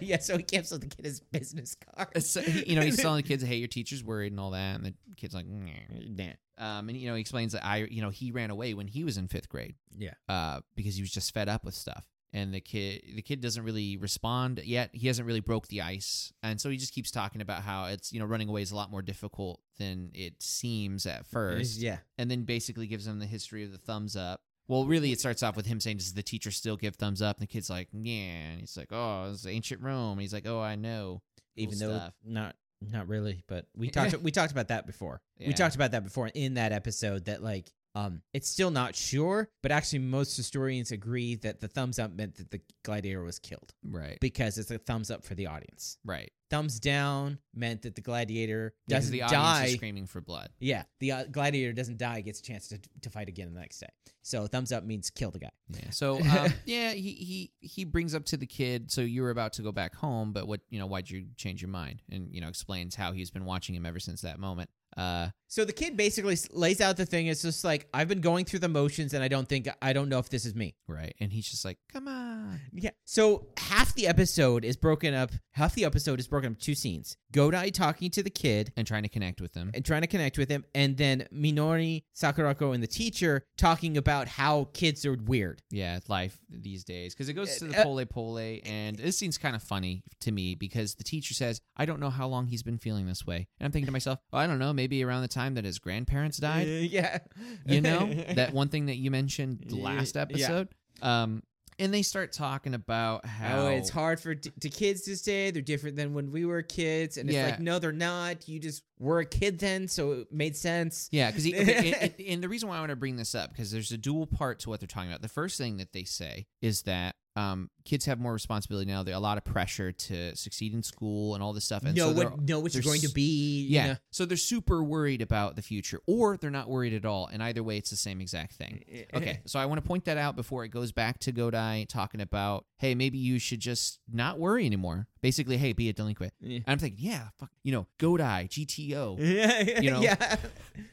B: yeah, so he gives the kid his business card.
A: So, uh, he- you know, he's telling the kids, "Hey, your teacher's worried and all that," and the kid's like, "Nyeh."
B: Nah.
A: um, and you know, he explains that I, you know, he ran away when he was in fifth grade,
B: Yeah.
A: uh, because he was just fed up with stuff. And the kid, the kid doesn't really respond yet. He hasn't really broke the ice, and so he just keeps talking about how it's, you know, running away is a lot more difficult than it seems at first.
B: Yeah.
A: And then basically gives him the history of the thumbs up. Well, really, it starts off with him saying, "Does the teacher still give thumbs up?" And the kid's like, "Yeah." And he's like, "Oh, it's ancient Rome." And he's like, "Oh, I know."
B: even
A: Cool
B: though
A: stuff.
B: not not really but we talked we talked about that before
A: Yeah.
B: we talked about that before in that episode that like um it's still not sure but actually most historians agree that the thumbs up meant that the gladiator was killed
A: Right.
B: because it's a thumbs up for the audience
A: Right.
B: thumbs down meant that the gladiator doesn't
A: the audience is
B: die
A: screaming for blood.
B: yeah the uh, gladiator doesn't die gets a chance to, to fight again the next day so thumbs up means kill the guy
A: Yeah. So um, yeah, he, he he brings up to the kid. So you were about to go back home, but what you know? Why'd you change your mind? And you know, explains how he's been watching him ever since that moment. Uh,
B: So the kid basically s- lays out the thing. It's just like I've been going through the motions, and I don't think I don't know if this is me.
A: right. And he's just like, "Come on."
B: Yeah. So half the episode is broken up. Half the episode is broken up into two scenes. Godai talking to the kid
A: And trying to connect with him.
B: and trying to connect with him, and then Minori Sakurako and the teacher talking about how kids are weird.
A: Yeah, life these days. Because it goes to the
B: Uh,
A: pole pole, and this scene's kind of funny to me because the teacher says, "I don't know how long he's been feeling this way," and I'm thinking to myself, oh, "I don't know. Maybe around the time that his grandparents died."
B: Uh, yeah.
A: you know that one thing that you mentioned the
B: Yeah.
A: last episode um and they start talking about how
B: Oh, it's hard for d- to kids this day. They're different than when we were kids, and it's like
A: Yeah.
B: no, they're not. You just were a kid then, so it made sense.
A: Yeah, because okay, and, and- and the reason why I want to bring this up because there's a dual part to what they're talking about. The first thing that they say is that um, kids have more responsibility now. There's a lot of pressure to succeed in school and all this stuff. And
B: know
A: so they're-
B: what know what you're
A: they're
B: going to
A: s-
B: be. you
A: yeah,
B: know?
A: so they're super worried about the future, or they're not worried at all. And either way, it's the same exact thing. Okay, so I want to point that out before it goes back to Godai talking about, hey, maybe you should just not worry anymore. Basically, hey, be a delinquent.
B: Yeah.
A: And I'm thinking, yeah, fuck, you know, Godai, GTO,
B: Yeah.
A: You know.
B: Yeah.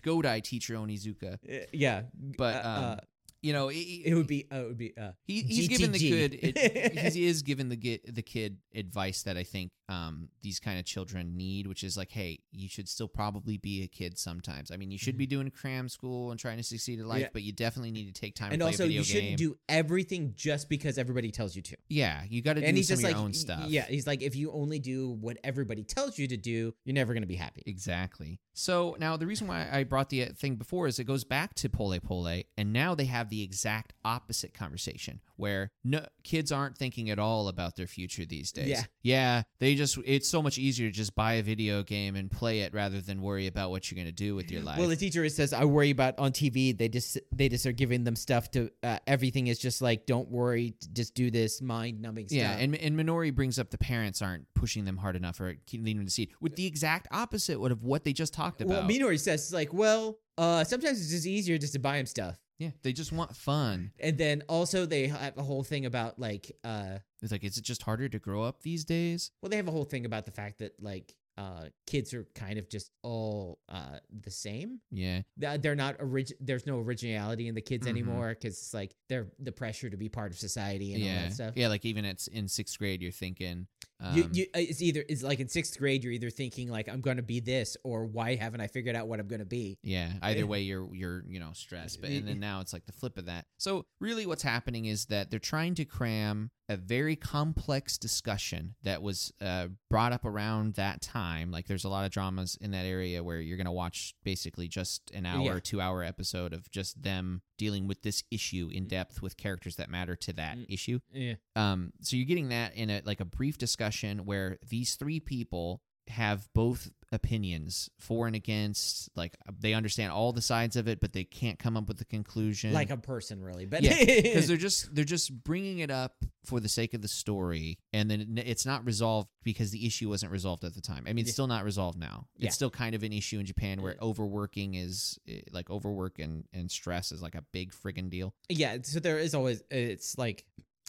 A: Godai teacher Onizuka.
B: Yeah.
A: But
B: Uh,
A: um,
B: uh,
A: you know,
B: it would be. Uh, it would be. Uh,
A: He, he's given the
B: GTG.
A: kid. It, he is given the get, the kid advice that I think um, these kind of children need, which is like, hey, you should still probably be a kid sometimes. I mean, you should be doing cram school and trying to succeed at life,
B: Mm-hmm. Yeah.
A: but you definitely need to take time
B: and
A: to play
B: also,
A: a video
B: you shouldn't
A: game.
B: do everything just because everybody tells you to.
A: yeah, you got to do
B: And he's
A: some
B: just
A: of your
B: like,
A: own stuff.
B: yeah, he's like, if you only do what everybody tells you to do, you're never gonna be happy.
A: Exactly. So now the reason why I brought the uh, thing before is it goes back to Pole Pole, and now they have the exact opposite conversation where no kids aren't thinking at all about their future these days.
B: Yeah.
A: Yeah. They just it's so much easier to just buy a video game and play it rather than worry about what you're gonna do with your life.
B: Well, the teacher says, "I worry about on TV. They just they just are giving them stuff to. Uh, everything is just like, don't worry, just do this mind numbing stuff.
A: yeah, and and Minori brings up the parents aren't pushing them hard enough or keep leading them to see with the exact opposite of what they just talked
B: well,
A: about.
B: Minori says, it's like, well, uh, sometimes it's just easier just to buy him stuff.
A: yeah, they just want fun.
B: And then also they have a whole thing about like, uh,
A: It's like, is it just harder to grow up these days?
B: well, they have a whole thing about the fact that like uh, kids are kind of just all uh, the same.
A: Yeah.
B: Th- They're not origi- There's no originality in the kids
A: Mhm.
B: anymore 'cause anymore because it's like they're the pressure to be part of society and all that stuff.
A: Yeah, like even it's in sixth grade, you're thinking, um,
B: you, you, uh, it's either it's like in sixth grade you're either thinking like I'm gonna be this or why haven't I figured out what I'm gonna be?
A: yeah.
B: Eh.
A: Either way, you're you're you know stressed. But and then now it's like the flip of that. So really, what's happening is that they're trying to cram a very complex discussion that was uh, brought up around that time. Like there's a lot of dramas in that area where you're gonna watch basically just an hour,
B: Yeah.
A: two hour episode of just them dealing with this issue in depth with characters that matter to that
B: Mm.
A: issue.
B: Yeah,
A: Um, so you're getting that in a like a brief discussion where these three people have both opinions for and against. Like uh, they understand all the sides of it, but they can't come up with a conclusion.
B: like a person really, but
A: Yeah, because they're just they're just bringing it up for the sake of the story, and then it- it's not resolved because the issue wasn't resolved at the time. I mean, it's
B: Yeah.
A: still not resolved now.
B: Yeah.
A: It's still kind of an issue in Japan where
B: Yeah.
A: overworking is eh, like overwork and and stress is like a big friggin' deal.
B: yeah. So there is always it's like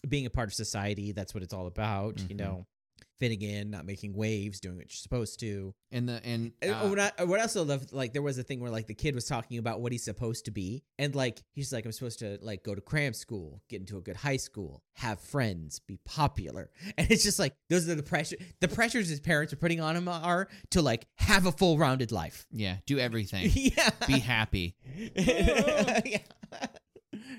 B: being a part of society. That's what it's all about.
A: Mhm.
B: You know, fitting in, not making waves, doing what you're supposed to.
A: And the and
B: And
A: uh,
B: what I what I also loved, like there was a thing where like the kid was talking about what he's supposed to be, and like he's like, I'm supposed to like go to cram school, get into a good high school, have friends, be popular, and it's just like those are the pressure, the pressures his parents are putting on him are to like have a full rounded life.
A: yeah, do everything,
B: yeah.
A: be happy.
B: yeah.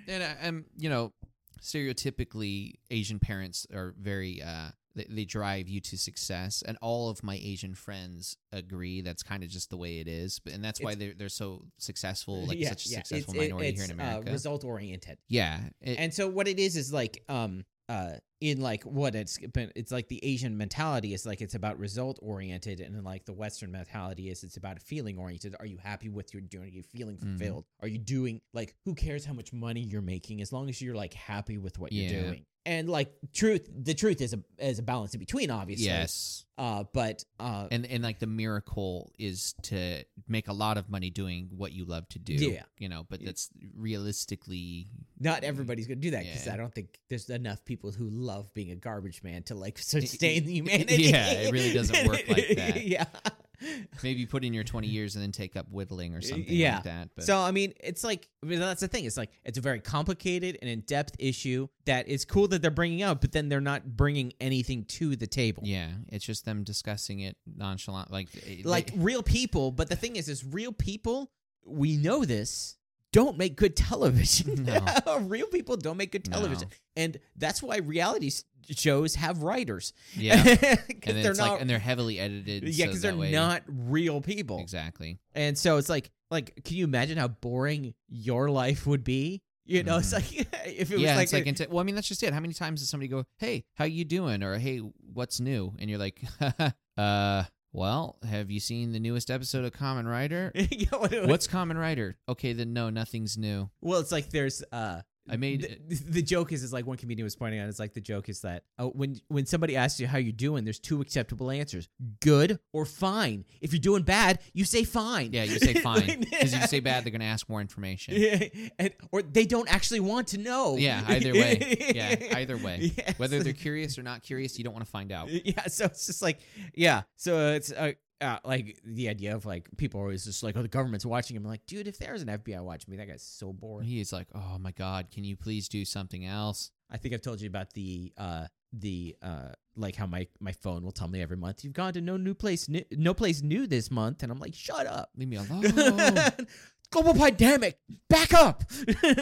A: And I, um, you know, stereotypically, Asian parents are very uh, they, they drive you to success, and all of my Asian friends agree that's kind of just the way it is. But and that's why they're they're so successful, like
B: Yeah,
A: such a
B: yeah.
A: successful
B: It's- it-
A: minority here
B: it's,
A: in America.
B: Uh, result oriented.
A: yeah, it-
B: and so what it is is like um uh in like what it's been it's like the asian mentality is like it's about result oriented and then like the western mentality is it's about feeling oriented are you happy with your doing are you feeling
A: Mhm.
B: fulfilled are you doing like who cares how much money you're making as long as you're like happy with what you're
A: Yeah.
B: doing and like truth the truth is a is a balance in between obviously
A: yes,
B: uh but uh
A: and and like the miracle is to make a lot of money doing what you love to do.
B: Yeah.
A: you know, but
B: Yeah.
A: that's realistically
B: not everybody's gonna do that because
A: Mm-hmm. Yeah.
B: I don't think there's enough people who love being a garbage man to like sustain humanity.
A: Yeah, it really doesn't work like that.
B: yeah.
A: maybe put in your twenty years and then take up whittling or something
B: yeah.
A: like that. But
B: So I mean, it's like I mean, that's the thing. It's like it's a very complicated and in-depth issue that is cool that they're bringing up, but then they're not bringing anything to the table.
A: Yeah, it's just them discussing it nonchalant, like it-
B: Like
A: they-
B: real people, but the thing is, is real people. We know this. Don't make good television.
A: No.
B: real people don't make good
A: No.
B: television, and that's why reality s- shows have writers.
A: yeah, and
B: 'Cause
A: then
B: they're
A: it's
B: not.
A: like and they're heavily edited. so
B: yeah, because
A: that
B: they're
A: way-
B: not real people.
A: exactly.
B: And so it's like, like, can you imagine how boring your life would be? You know, it's
A: Mhm.
B: like if it
A: yeah,
B: was like,
A: it's like
B: a-
A: into, well, I mean, that's just it. How many times does somebody go, "Hey, how you doing?" or "Hey, what's new?" and you're like, "Uh, well, have you seen the newest episode of Common Rider?"
B: Yeah, what it was-
A: What's Common Rider? Okay, then no, nothing's new.
B: well, it's like there's uh
A: I made-
B: th- the joke is is like one comedian was pointing out. It's like the joke is that uh, when when somebody asks you how you're doing, there's two acceptable answers: good or fine. If you're doing bad, you say fine.
A: Yeah, you say fine
B: Like-
A: because you say bad, they're gonna ask more information.
B: Yeah, and, or they don't actually want to know.
A: Yeah, either way. Yeah, either way.
B: Yeah,
A: Whether
B: so-
A: they're curious or not curious, you don't want to find out.
B: yeah, so it's just like yeah, so it's uh, uh, like the idea of like people are always just like oh the government's watching him. I'm like dude, if there's an FBI watching me, that guy's so boring.
A: He's like, "Oh my God, can you please do something else?"
B: I think I've told you about the uh the uh like how my my phone will tell me every month you've gone to no new place new, no place new this month, and I'm like shut up.
A: Leave me alone.
B: Global pandemic, back up.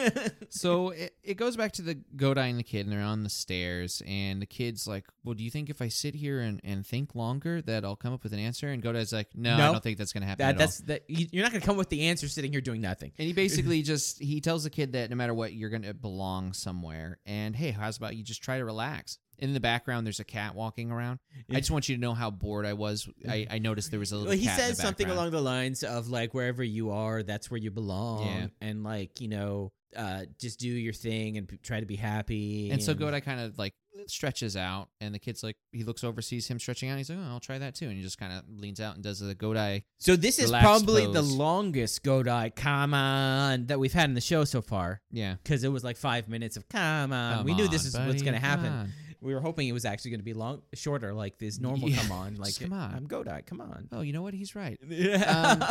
A: so it, it goes back to the Godai and the kid, and they're on the stairs, and the kid's like, "Well, do you think if I sit here and, and think longer that I'll come up with an answer?" And Godai's like, "No, I
B: No.
A: don't think that's gonna happen."
B: that
A: at all."
B: that's that you- you're not gonna come with the answer sitting here doing nothing.
A: And he basically just he tells the kid that no matter what, you're gonna belong somewhere. And hey, how's about you just try to relax? In the background, there's a cat walking around. I just want you to know how bored I was. I, I noticed there was a little.
B: Mm-hmm. Well, he
A: cat in the
B: says something
A: background.
B: along the lines of like wherever you are, that's where you belong,
A: Yeah.
B: and like you know, uh, just do your thing and p- try to be happy.
A: And so Godai kind of like stretches out, and the kid's like, he looks over, sees him stretching out, and he's like, oh, I'll try that too. And he just kind of leans out and does the Godai.
B: So this is
A: Relaxed
B: probably the
A: pose.
B: longest Godai come on that we've had in the show so far
A: Yeah.
B: because it was like five minutes of come on.
A: Come
B: Um, we knew this
A: on,
B: is
A: buddy,
B: what's going to
A: come
B: happen.
A: on.
B: We were hoping it was actually going to be long, shorter, like this normal
A: Yeah.
B: come on, like
A: Come on.
B: I'm Godai, come on.
A: Oh, you know what? He's right. And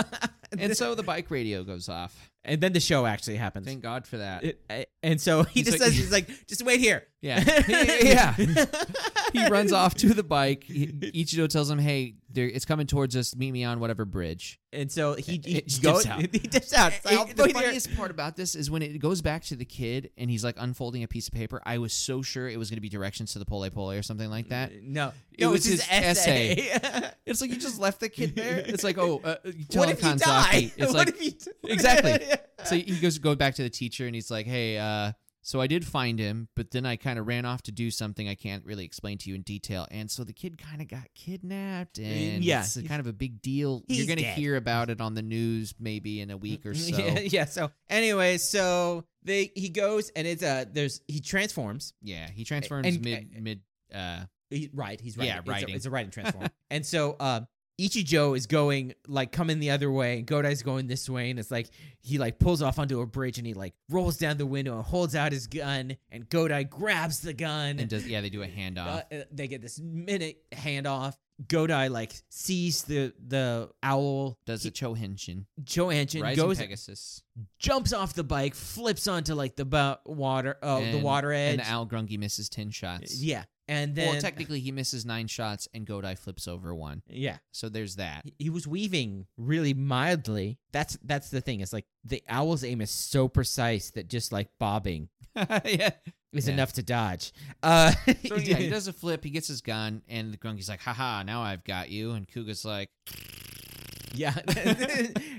B: and so,
A: so the bike radio goes off.
B: and then the show actually happens.
A: Thank God for that.
B: It- I- Uh, and so he
A: He's
B: just
A: like- Uh,
B: says, he's like, just wait here.
A: Yeah. yeah. He runs off to the bike. He- Ichido tells him, hey, there, it's coming towards us. Meet me on whatever bridge.
B: And so he, he
A: It- it
B: go-
A: dips out.
B: He dips out. It's like, I'll
A: It- the
B: wait here. Uh,
A: funniest part about this is when it goes back to the kid and he's like unfolding a piece of paper. I was so sure it was going to be directions to the Pole Pole or something like that.
B: No,
A: It
B: no,
A: was
B: it's his,
A: his
B: essay.
A: It's like you just left the kid there. It's like, oh, uh, tell
B: what
A: him
B: if you
A: Kanzaki.
B: die?
A: It's like,
B: what if you d-
A: exactly. uh, so he goes go back to the teacher and he's like, hey, uh, so I did find him, but then I kind of ran off to do something I can't really explain to you in detail. And so the kid kind of got kidnapped, and
B: yeah,
A: it's a
B: he's-
A: kind of a big deal. You're
B: he's
A: gonna
B: dead.
A: hear about it on the news maybe in a week or so.
B: Yeah,
A: Yeah,
B: yeah. So anyway, so they he goes and it's uh there's he transforms.
A: he transforms
B: And-
A: mid mid. Uh,
B: He, right, he's right.
A: Yeah,
B: it's
A: writing.
B: A, it's a writing transform. and so uh, Ichijo is going like coming the other way, and Godai's going this way, and it's like he like pulls off onto a bridge and he like rolls down the window and holds out his gun, and Godai grabs the gun
A: and does yeah they do a handoff.
B: Uh, uh, they get this minute handoff. Godai like sees the the owl.
A: does a Chohenshin
B: Joe Anchin
A: Rising
B: goes,
A: Pegasus
B: jumps off the bike, flips onto like the bu- water, uh, the
A: and-
B: water edge.
A: and Al Grungy misses ten shots.
B: yeah, and then
A: well, technically, he misses nine shots and Godai flips over one.
B: yeah,
A: So there's that.
B: he- he was weaving really mildly. That's that's the thing. It's like the owl's aim is so precise that just like bobbing
A: yeah.
B: is
A: Yeah.
B: enough to dodge. Uh,
A: So yeah, he does a flip. He gets his gun, and the Grunky's like, "Haha, now I've got you." And Kuga's like,
B: Yeah,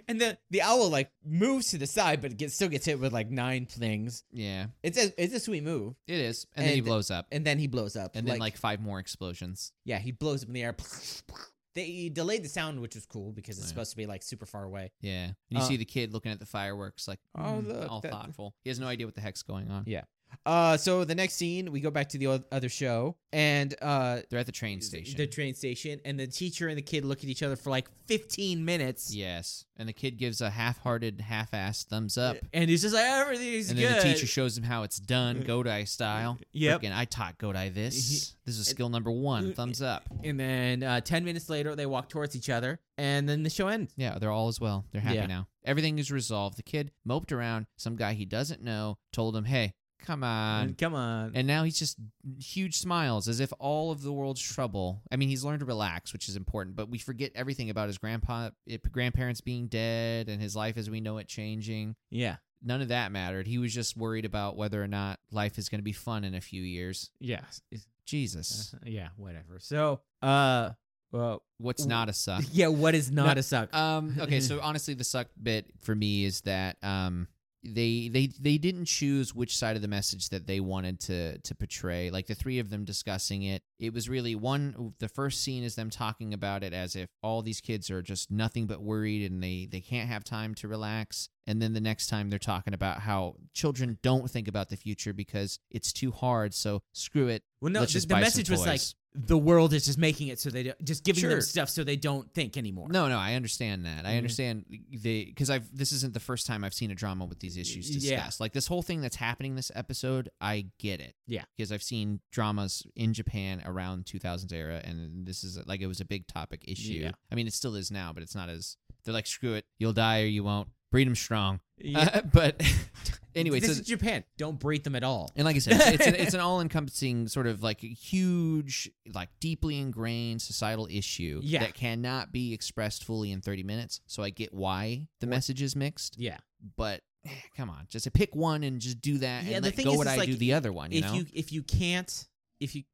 B: and the the owl like moves to the side, but it gets, still gets hit with like nine things.
A: "Yeah,
B: It's a it's a sweet move,
A: it is." And, then he
B: And-
A: blows up,
B: and then he blows up,
A: and then like, five more explosions.
B: yeah, he blows up in the air. They delayed the sound, which was cool because it's
A: Yeah.
B: supposed to be like super far away.
A: Yeah, and you
B: Uh,
A: see the kid looking at the fireworks, like,
B: Oh,
A: "Mm,"
B: look,
A: all
B: that-
A: thoughtful. He has no idea what the heck's going on.
B: Yeah. Uh, so the next scene, we go back to the o- other show, and uh,
A: They're at the train station.
B: the train station, and the teacher and the kid look at each other for like fifteen minutes.
A: yes, and the kid gives a half-hearted, half-assed thumbs up.
B: And he's just like everything's
A: and
B: good.
A: then the teacher shows him how it's done, Godai style.
B: Yep.
A: Frickin', I taught Godai this. This is skill number one. Thumbs up.
B: and then uh, ten minutes later, they walk towards each other, and then the show ends.
A: Yeah, they're all as well. They're happy
B: Yeah.
A: now. Everything is resolved. The kid moped around. Some guy he doesn't know told him, hey, come on.
B: Come on.
A: And now he's just huge smiles as if all of the world's trouble. I mean, he's learned to relax, which is important, but we forget everything about his grandpa, it, grandparents being dead and his life as we know it changing.
B: yeah.
A: None of that mattered. He was just worried about whether or not life is going to be fun in a few years.
B: Yeah.
A: Jesus.
B: uh, yeah. Whatever. So, uh, well,
A: What's not a suck? uh,
B: yeah. What is not a suck?
A: Um, okay, so honestly, the suck bit for me is that um, they they they didn't choose which side of the message that they wanted to to portray like the three of them discussing it it was really one the first scene is them talking about it as if all these kids are just nothing but worried and they they can't have time to relax and then the next time they're talking about how children don't think about the future because it's too hard so screw it
D: Well, no,
A: Let's
D: the,
A: just
D: the
A: buy some
D: message was like
A: toys.
D: the world is just making it so they don't, just giving
A: Sure.
D: them stuff so they don't think anymore.
A: no no i understand that i
D: Mhm.
A: understand the because i've this isn't the first time i've seen a drama with these issues discussed
D: Yeah.
A: like this whole thing that's happening this episode i get it
D: Yeah.
A: because i've seen dramas in japan around 2000s era and this is like it was a big topic issue
D: Yeah.
A: i mean it still is now but it's not as they're like screw it you'll die or you won't breed them strong
B: Yeah.
A: Uh, but anyway
B: this
A: so
B: is Japan. Don't breed them at all.
A: and like I said, it's, it's, an, it's an all-encompassing sort of like huge, like deeply ingrained societal issue
B: Yeah.
A: that cannot be expressed fully in 30 minutes. So I get why the message is mixed,
B: Yeah.
A: but eh, come on, just pick one and just do that,
B: Yeah,
A: and
B: the
A: let
B: thing
A: go
B: is,
A: what
B: it's
A: I
B: like
A: do the other one. You
B: if
A: know,
B: you if you can't if you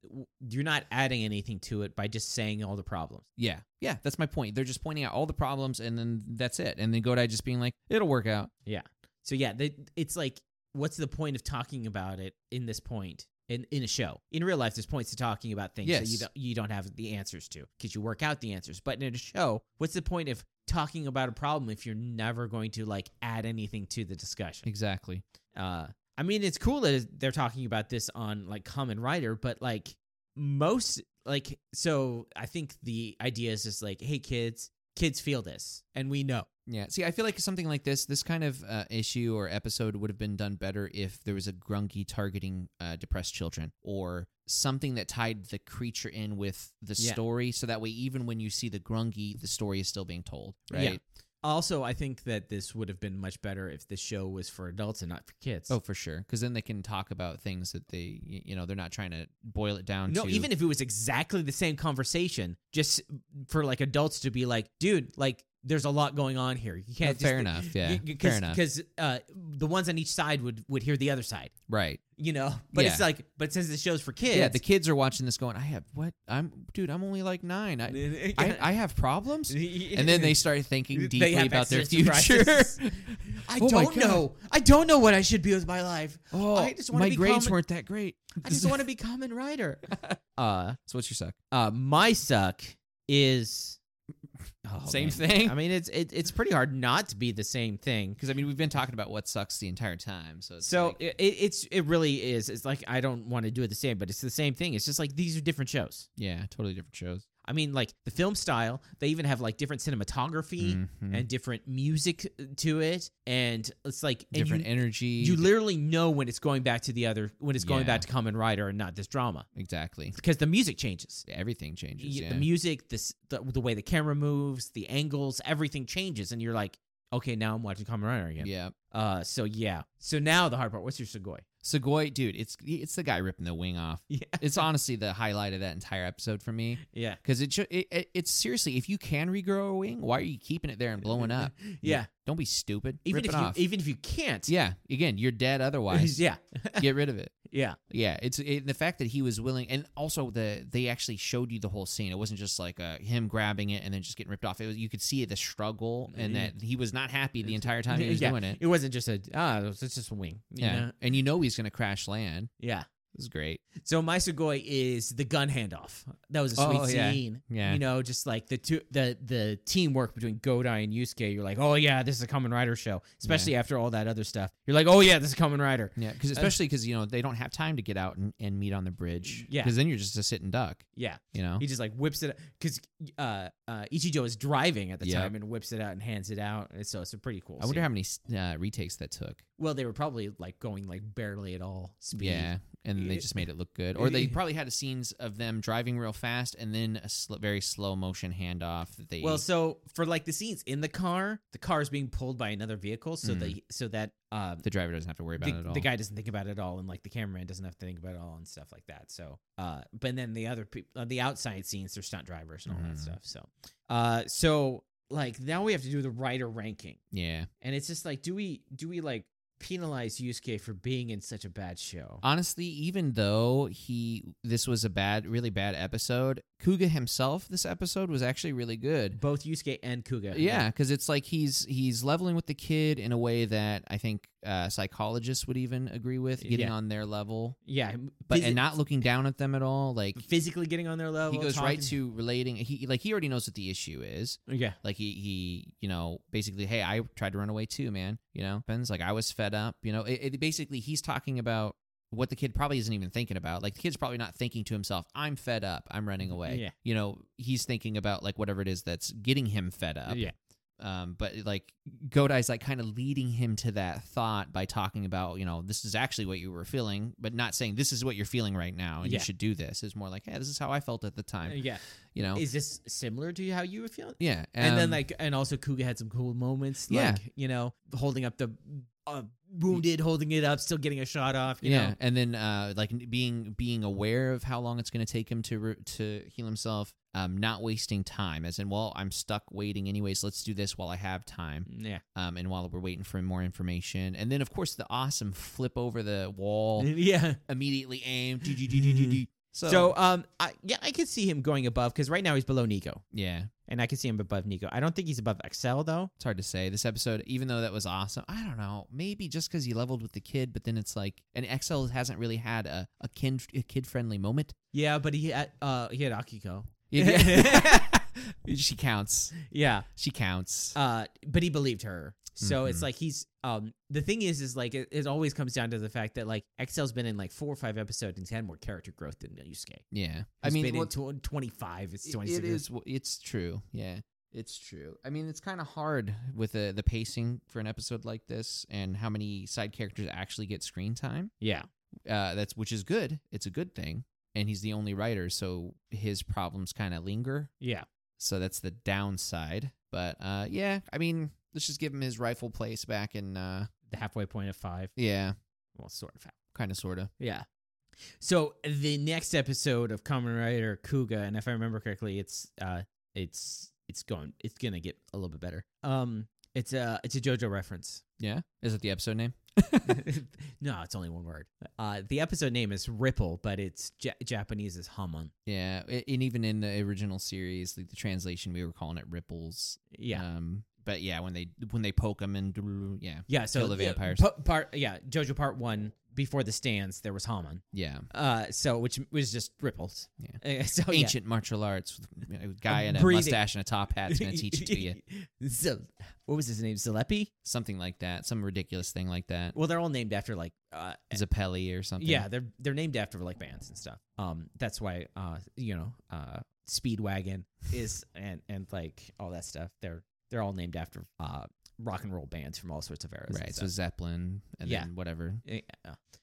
B: you're not adding anything to it by just saying all the problems.
A: yeah, yeah, that's my point. They're just pointing out all the problems, and then that's it. And then Godai just being like, "It'll work out."
B: So yeah, they, it's like what's the point of talking about it in this point in in a show? In real life, there's points to talking about things that you
A: Yes.
B: don't you don't have the answers to because you work out the answers. But in a show, what's the point of talking about a problem if you're never going to like add anything to the discussion?
A: Exactly.
B: uh i mean it's cool that they're talking about this on like common writer but like most like so i think the idea is just like hey kids kids feel this and we know
A: Yeah. See, I feel like something like this, this kind of uh, issue or episode would have been done better if there was a grungy targeting uh, depressed children or something that tied the creature in with the
B: Yeah.
A: story. So that way, even when you see the grungy, the story is still being told.
B: Yeah.
A: Right.
B: also i think that this would have been much better if the show was for adults and not for kids
A: Oh, for sure. Because then they can talk about things that they, y- you know, they're not trying to boil it down
B: no
A: to.
B: even if it was exactly the same conversation just for like adults to be like dude like there's a lot going on here you
A: No,
B: can't just,
A: Oh, fair enough. Yeah. fair enough.
B: because uh the ones on each side would would hear the other side
A: Right.
B: you know. But it's
A: Yeah.
B: like, but since the show's for kids,
A: Yeah. The kids are watching this going, I have what? I'm, dude, I'm only like nine. I, I, I have problems. And then they start thinking
B: They
A: deeply
B: have
A: about their
B: existential
A: future.
B: crisis. I
A: Oh my
B: don't
A: God.
B: know. I don't know what I should be with my life.
A: Oh,
B: I just wanna
A: my
B: be
A: grades
B: common-
A: weren't that great.
B: I just want to be common writer. Uh,
A: So what's your suck?
B: uh, my suck is oh,
A: Same
B: man.
A: thing?
B: I mean, it's it, it's pretty hard not to be the same thing.
A: Because I mean, we've been talking about what sucks the entire time. So it's
B: So
A: like-
B: it, it's it really is. It's like I don't want to do it the same, but it's the same thing. It's just like these are different shows.
A: yeah, totally different shows.
B: I mean, like the film style, they even have like different cinematography
A: Mhm.
B: and different music uh, to it, and it's like and
A: different
B: You,
A: energy.
B: you literally know when it's going back to the other, when it's going
A: Yeah.
B: back to Common Rider and not this drama,
A: exactly.
B: because the music changes.
A: Everything changes.
B: Y-
A: Yeah.
B: The music, this the, the way the camera moves, the angles, everything changes, and you're like, okay, now I'm watching Common Rider
A: yeah.
B: again. Uh, so yeah. So now the hard part. What's your Segoy?
A: Segoy, dude, it's it's the guy ripping the wing off.
B: Yeah.
A: It's honestly the highlight of that entire episode for me.
B: Yeah.
A: Because it, should- it, it it's seriously, if you can regrow a wing, why are you keeping it there and blowing up?
B: Yeah.
A: Don't be stupid.
B: Even
A: Rip
B: if
A: it
B: you
A: off.
B: even if you can't.
A: yeah. Again, you're dead otherwise.
B: yeah.
A: Get rid of it.
B: Yeah.
A: Yeah, it's it, the fact that he was willing, and also the they actually showed you the whole scene. It wasn't just like uh, him grabbing it and then just getting ripped off. It was you could see the struggle and
B: Yeah.
A: that he was not happy the entire time he was
B: Yeah.
A: doing it.
B: It wasn't just a ah, it was just a wing. you
A: Yeah,
B: know?
A: and you know he's gonna crash land.
B: yeah.
A: This is great.
B: So my Sugoi is the gun handoff. That was a sweet
A: Oh, yeah.
B: scene.
A: Yeah.
B: You know, just like the two the the teamwork between Godai and Yusuke. You're like, oh yeah, this is a Common Rider show. Especially after all that other stuff. You're like, oh yeah, this is Common Rider.
A: Yeah, because especially because you know they don't have time to get out and, and meet on the bridge.
B: Yeah.
A: because then you're just a sitting duck.
B: Yeah.
A: You know.
B: He just like whips it because uh, uh, Ichijo is driving at the
A: Yeah.
B: time and whips it out and hands it out. And so it's a pretty cool.
A: I wonder
B: scene.
A: how many uh, retakes that took.
B: Well, they were probably like going like barely at all speed.
A: Yeah, and then they just made it look good. Or they probably had scenes of them driving real fast and then a sl- very slow motion handoff that they
B: Well, so for like the scenes in the car, the car is being pulled by another vehicle, so
A: Mm.
B: they so that um,
A: the driver doesn't have to worry about it at
B: the,
A: all.
B: the guy doesn't think about it at all, and like the cameraman doesn't have to think about it at all and stuff like that. So, uh, but then the other people, uh, the outside scenes, they're stunt drivers and all that
A: Mhm.
B: stuff. So, uh, so like now we have to do the writer ranking,
A: yeah.
B: and it's just like, do we do we like penalize Yusuke for being in such a bad show?
A: Honestly, even though he this was a bad, really bad episode, Kuga himself this episode was actually really good.
B: Both Yusuke and Kuga.
A: Yeah, because it's like he's he's leveling with the kid in a way that I think uh, psychologists would even agree with, getting
B: Yeah.
A: on their level,
B: Yeah,
A: but
B: physi-
A: and not looking down at them at all. Like
B: physically getting on their level.
A: he goes right
B: talking-
A: to relating. He like he already knows what the issue is.
B: yeah.
A: Like he he you know basically, hey, I tried to run away too, man. You know, Ben's like I was fed up. You know, it, it basically he's talking about what the kid probably isn't even thinking about. Like the kid's probably not thinking to himself, I'm fed up. I'm running away.
B: Mm, Yeah.
A: You know, he's thinking about like whatever it is that's getting him fed up.
B: Yeah,
A: um, but like Godai's like kind of leading him to that thought by talking about you know this is actually what you were feeling, but not saying this is what you're feeling right now and
B: Yeah.
A: you should do this. It's more like hey, this is how I felt at the time,
B: yeah.
A: you know.
B: Is this similar to how you were feeling?
A: yeah,
B: and then
A: um,
B: like, and also Kuga had some cool moments. Like,
A: Yeah.
B: you know, holding up the uh, wounded, holding it up, still getting a shot off. You
A: yeah,
B: know?
A: and then uh, like n- being being aware of how long it's going to take him to re- to heal himself, um, not wasting time, as in well, I'm stuck waiting anyways. Let's do this while I have time.
B: Mm, yeah,
A: Um, and while we're waiting for more information, and then of course the awesome flip over the wall,
B: yeah.
A: immediately aim. do, do, do, do, do, do.
B: So, um, I, yeah, I could see him going above because right now he's below Nico,
A: Yeah,
B: and I could see him above Nico. I don't think he's above Excel though.
A: it's hard to say. This episode, even though that was awesome, I don't know. Maybe just because he leveled with the kid, but then it's like, and XL hasn't really had a a kid a kid friendly moment.
B: Yeah, but he had uh he had Akiko.
A: she counts.
B: Yeah.
A: She counts.
B: Uh, but he believed her. So it's
A: Mhm.
B: like he's um the thing is is like it, it always comes down to the fact that like XL's been in like four or five episodes and he's had more character growth than Yusuke. He's
A: yeah, I mean,
B: been
A: well,
B: in tw- twenty five. It's
A: it-
B: twenty
A: it
B: six.
A: is. It's true. Yeah. It's true. I mean, it's kind of hard with the the pacing for an episode like this, and how many side characters actually get screen time.
B: Yeah.
A: uh, that's which is good. It's a good thing, and he's the only writer, so his problems kind of linger.
B: Yeah.
A: So that's the downside. But uh, yeah, I mean, let's just give him his rightful place back in. Uh,
B: The halfway point of five.
A: yeah,
B: Well, sort of. half-
A: kind of, sort of.
B: Yeah. So the next episode of Common Rider Kuga, and if I remember correctly, it's uh it's it's going it's gonna get a little bit better. Um it's a it's a JoJo reference.
A: Yeah, is it the episode name?
B: no, it's only one word. Uh, the episode name is Ripple, but it's ja- Japanese is Hamon.
A: Yeah, a- and even in the original series, like the translation, we were calling it ripples.
B: Yeah,
A: Um, but yeah, when they when they poke him and yeah,
B: yeah. So
A: Kill the vampires.
B: po- part yeah, JoJo part one before the stands there was Hamon.
A: yeah,
B: Uh, so which was just ripples.
A: Yeah.
B: Uh, so yeah.
A: ancient martial arts, with a guy in a
B: Breathing.
A: mustache and a top hat's gonna teach it to you,
B: Zel- what was his name? Zalepi.
A: something like that, some ridiculous thing like that.
B: Well, they're all named after like uh,
A: Zappelli or something.
B: yeah, they're they're named after like bands and stuff. Um, that's why uh, you know, uh, Speedwagon is and and like all that stuff. They're they're all named after uh rock and roll bands from all sorts of eras. and
A: Right. So
B: stuff.
A: Zeppelin and
B: Yeah.
A: then whatever.
B: Yeah.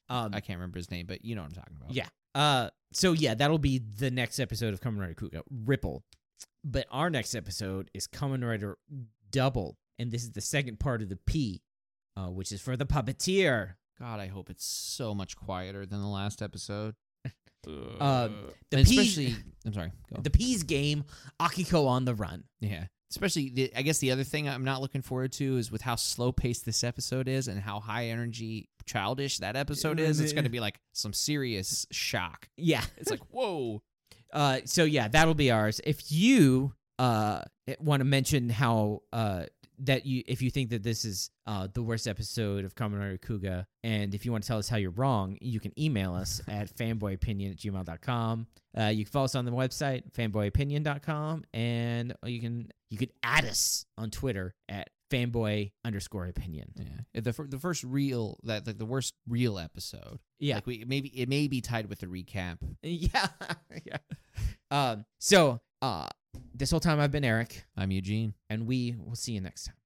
B: um,
A: I can't remember his name, but you know what I'm talking about.
B: yeah. Uh, so yeah, that'll be the next episode of Kamen Rider Kuga Ripple, but our next episode is Kamen Rider Double, and this is the second part of the P, uh, which is for the puppeteer.
A: God, I hope it's so much quieter than the last episode.
B: Um, the
A: And
B: P-
A: especially, I'm sorry. Go.
B: The P's game, Akiko on the run.
A: yeah. Especially, the, I guess the other thing I'm not looking forward to is with how slow paced this episode is and how high energy, childish that episode is. It's going to be like some serious shock.
B: Yeah.
A: It's like, whoa.
B: Uh, so yeah, that'll be ours. If you uh want to mention how uh that you if you think that this is uh the worst episode of Kamen Rider Kuga, and if you want to tell us how you're wrong, you can email us at fanboyopinion at gmail.com. Uh, you can follow us on the website fanboyopinion.com, and you can you can add us on Twitter at fanboy underscore opinion.
A: Yeah. The, fir- the first real, that like the worst real episode.
B: Yeah.
A: Like we, maybe, it may be tied with the recap.
B: Yeah, yeah. Um. So uh, this whole time I've been Eric,
A: I'm Eugene.
B: and we will see you next time.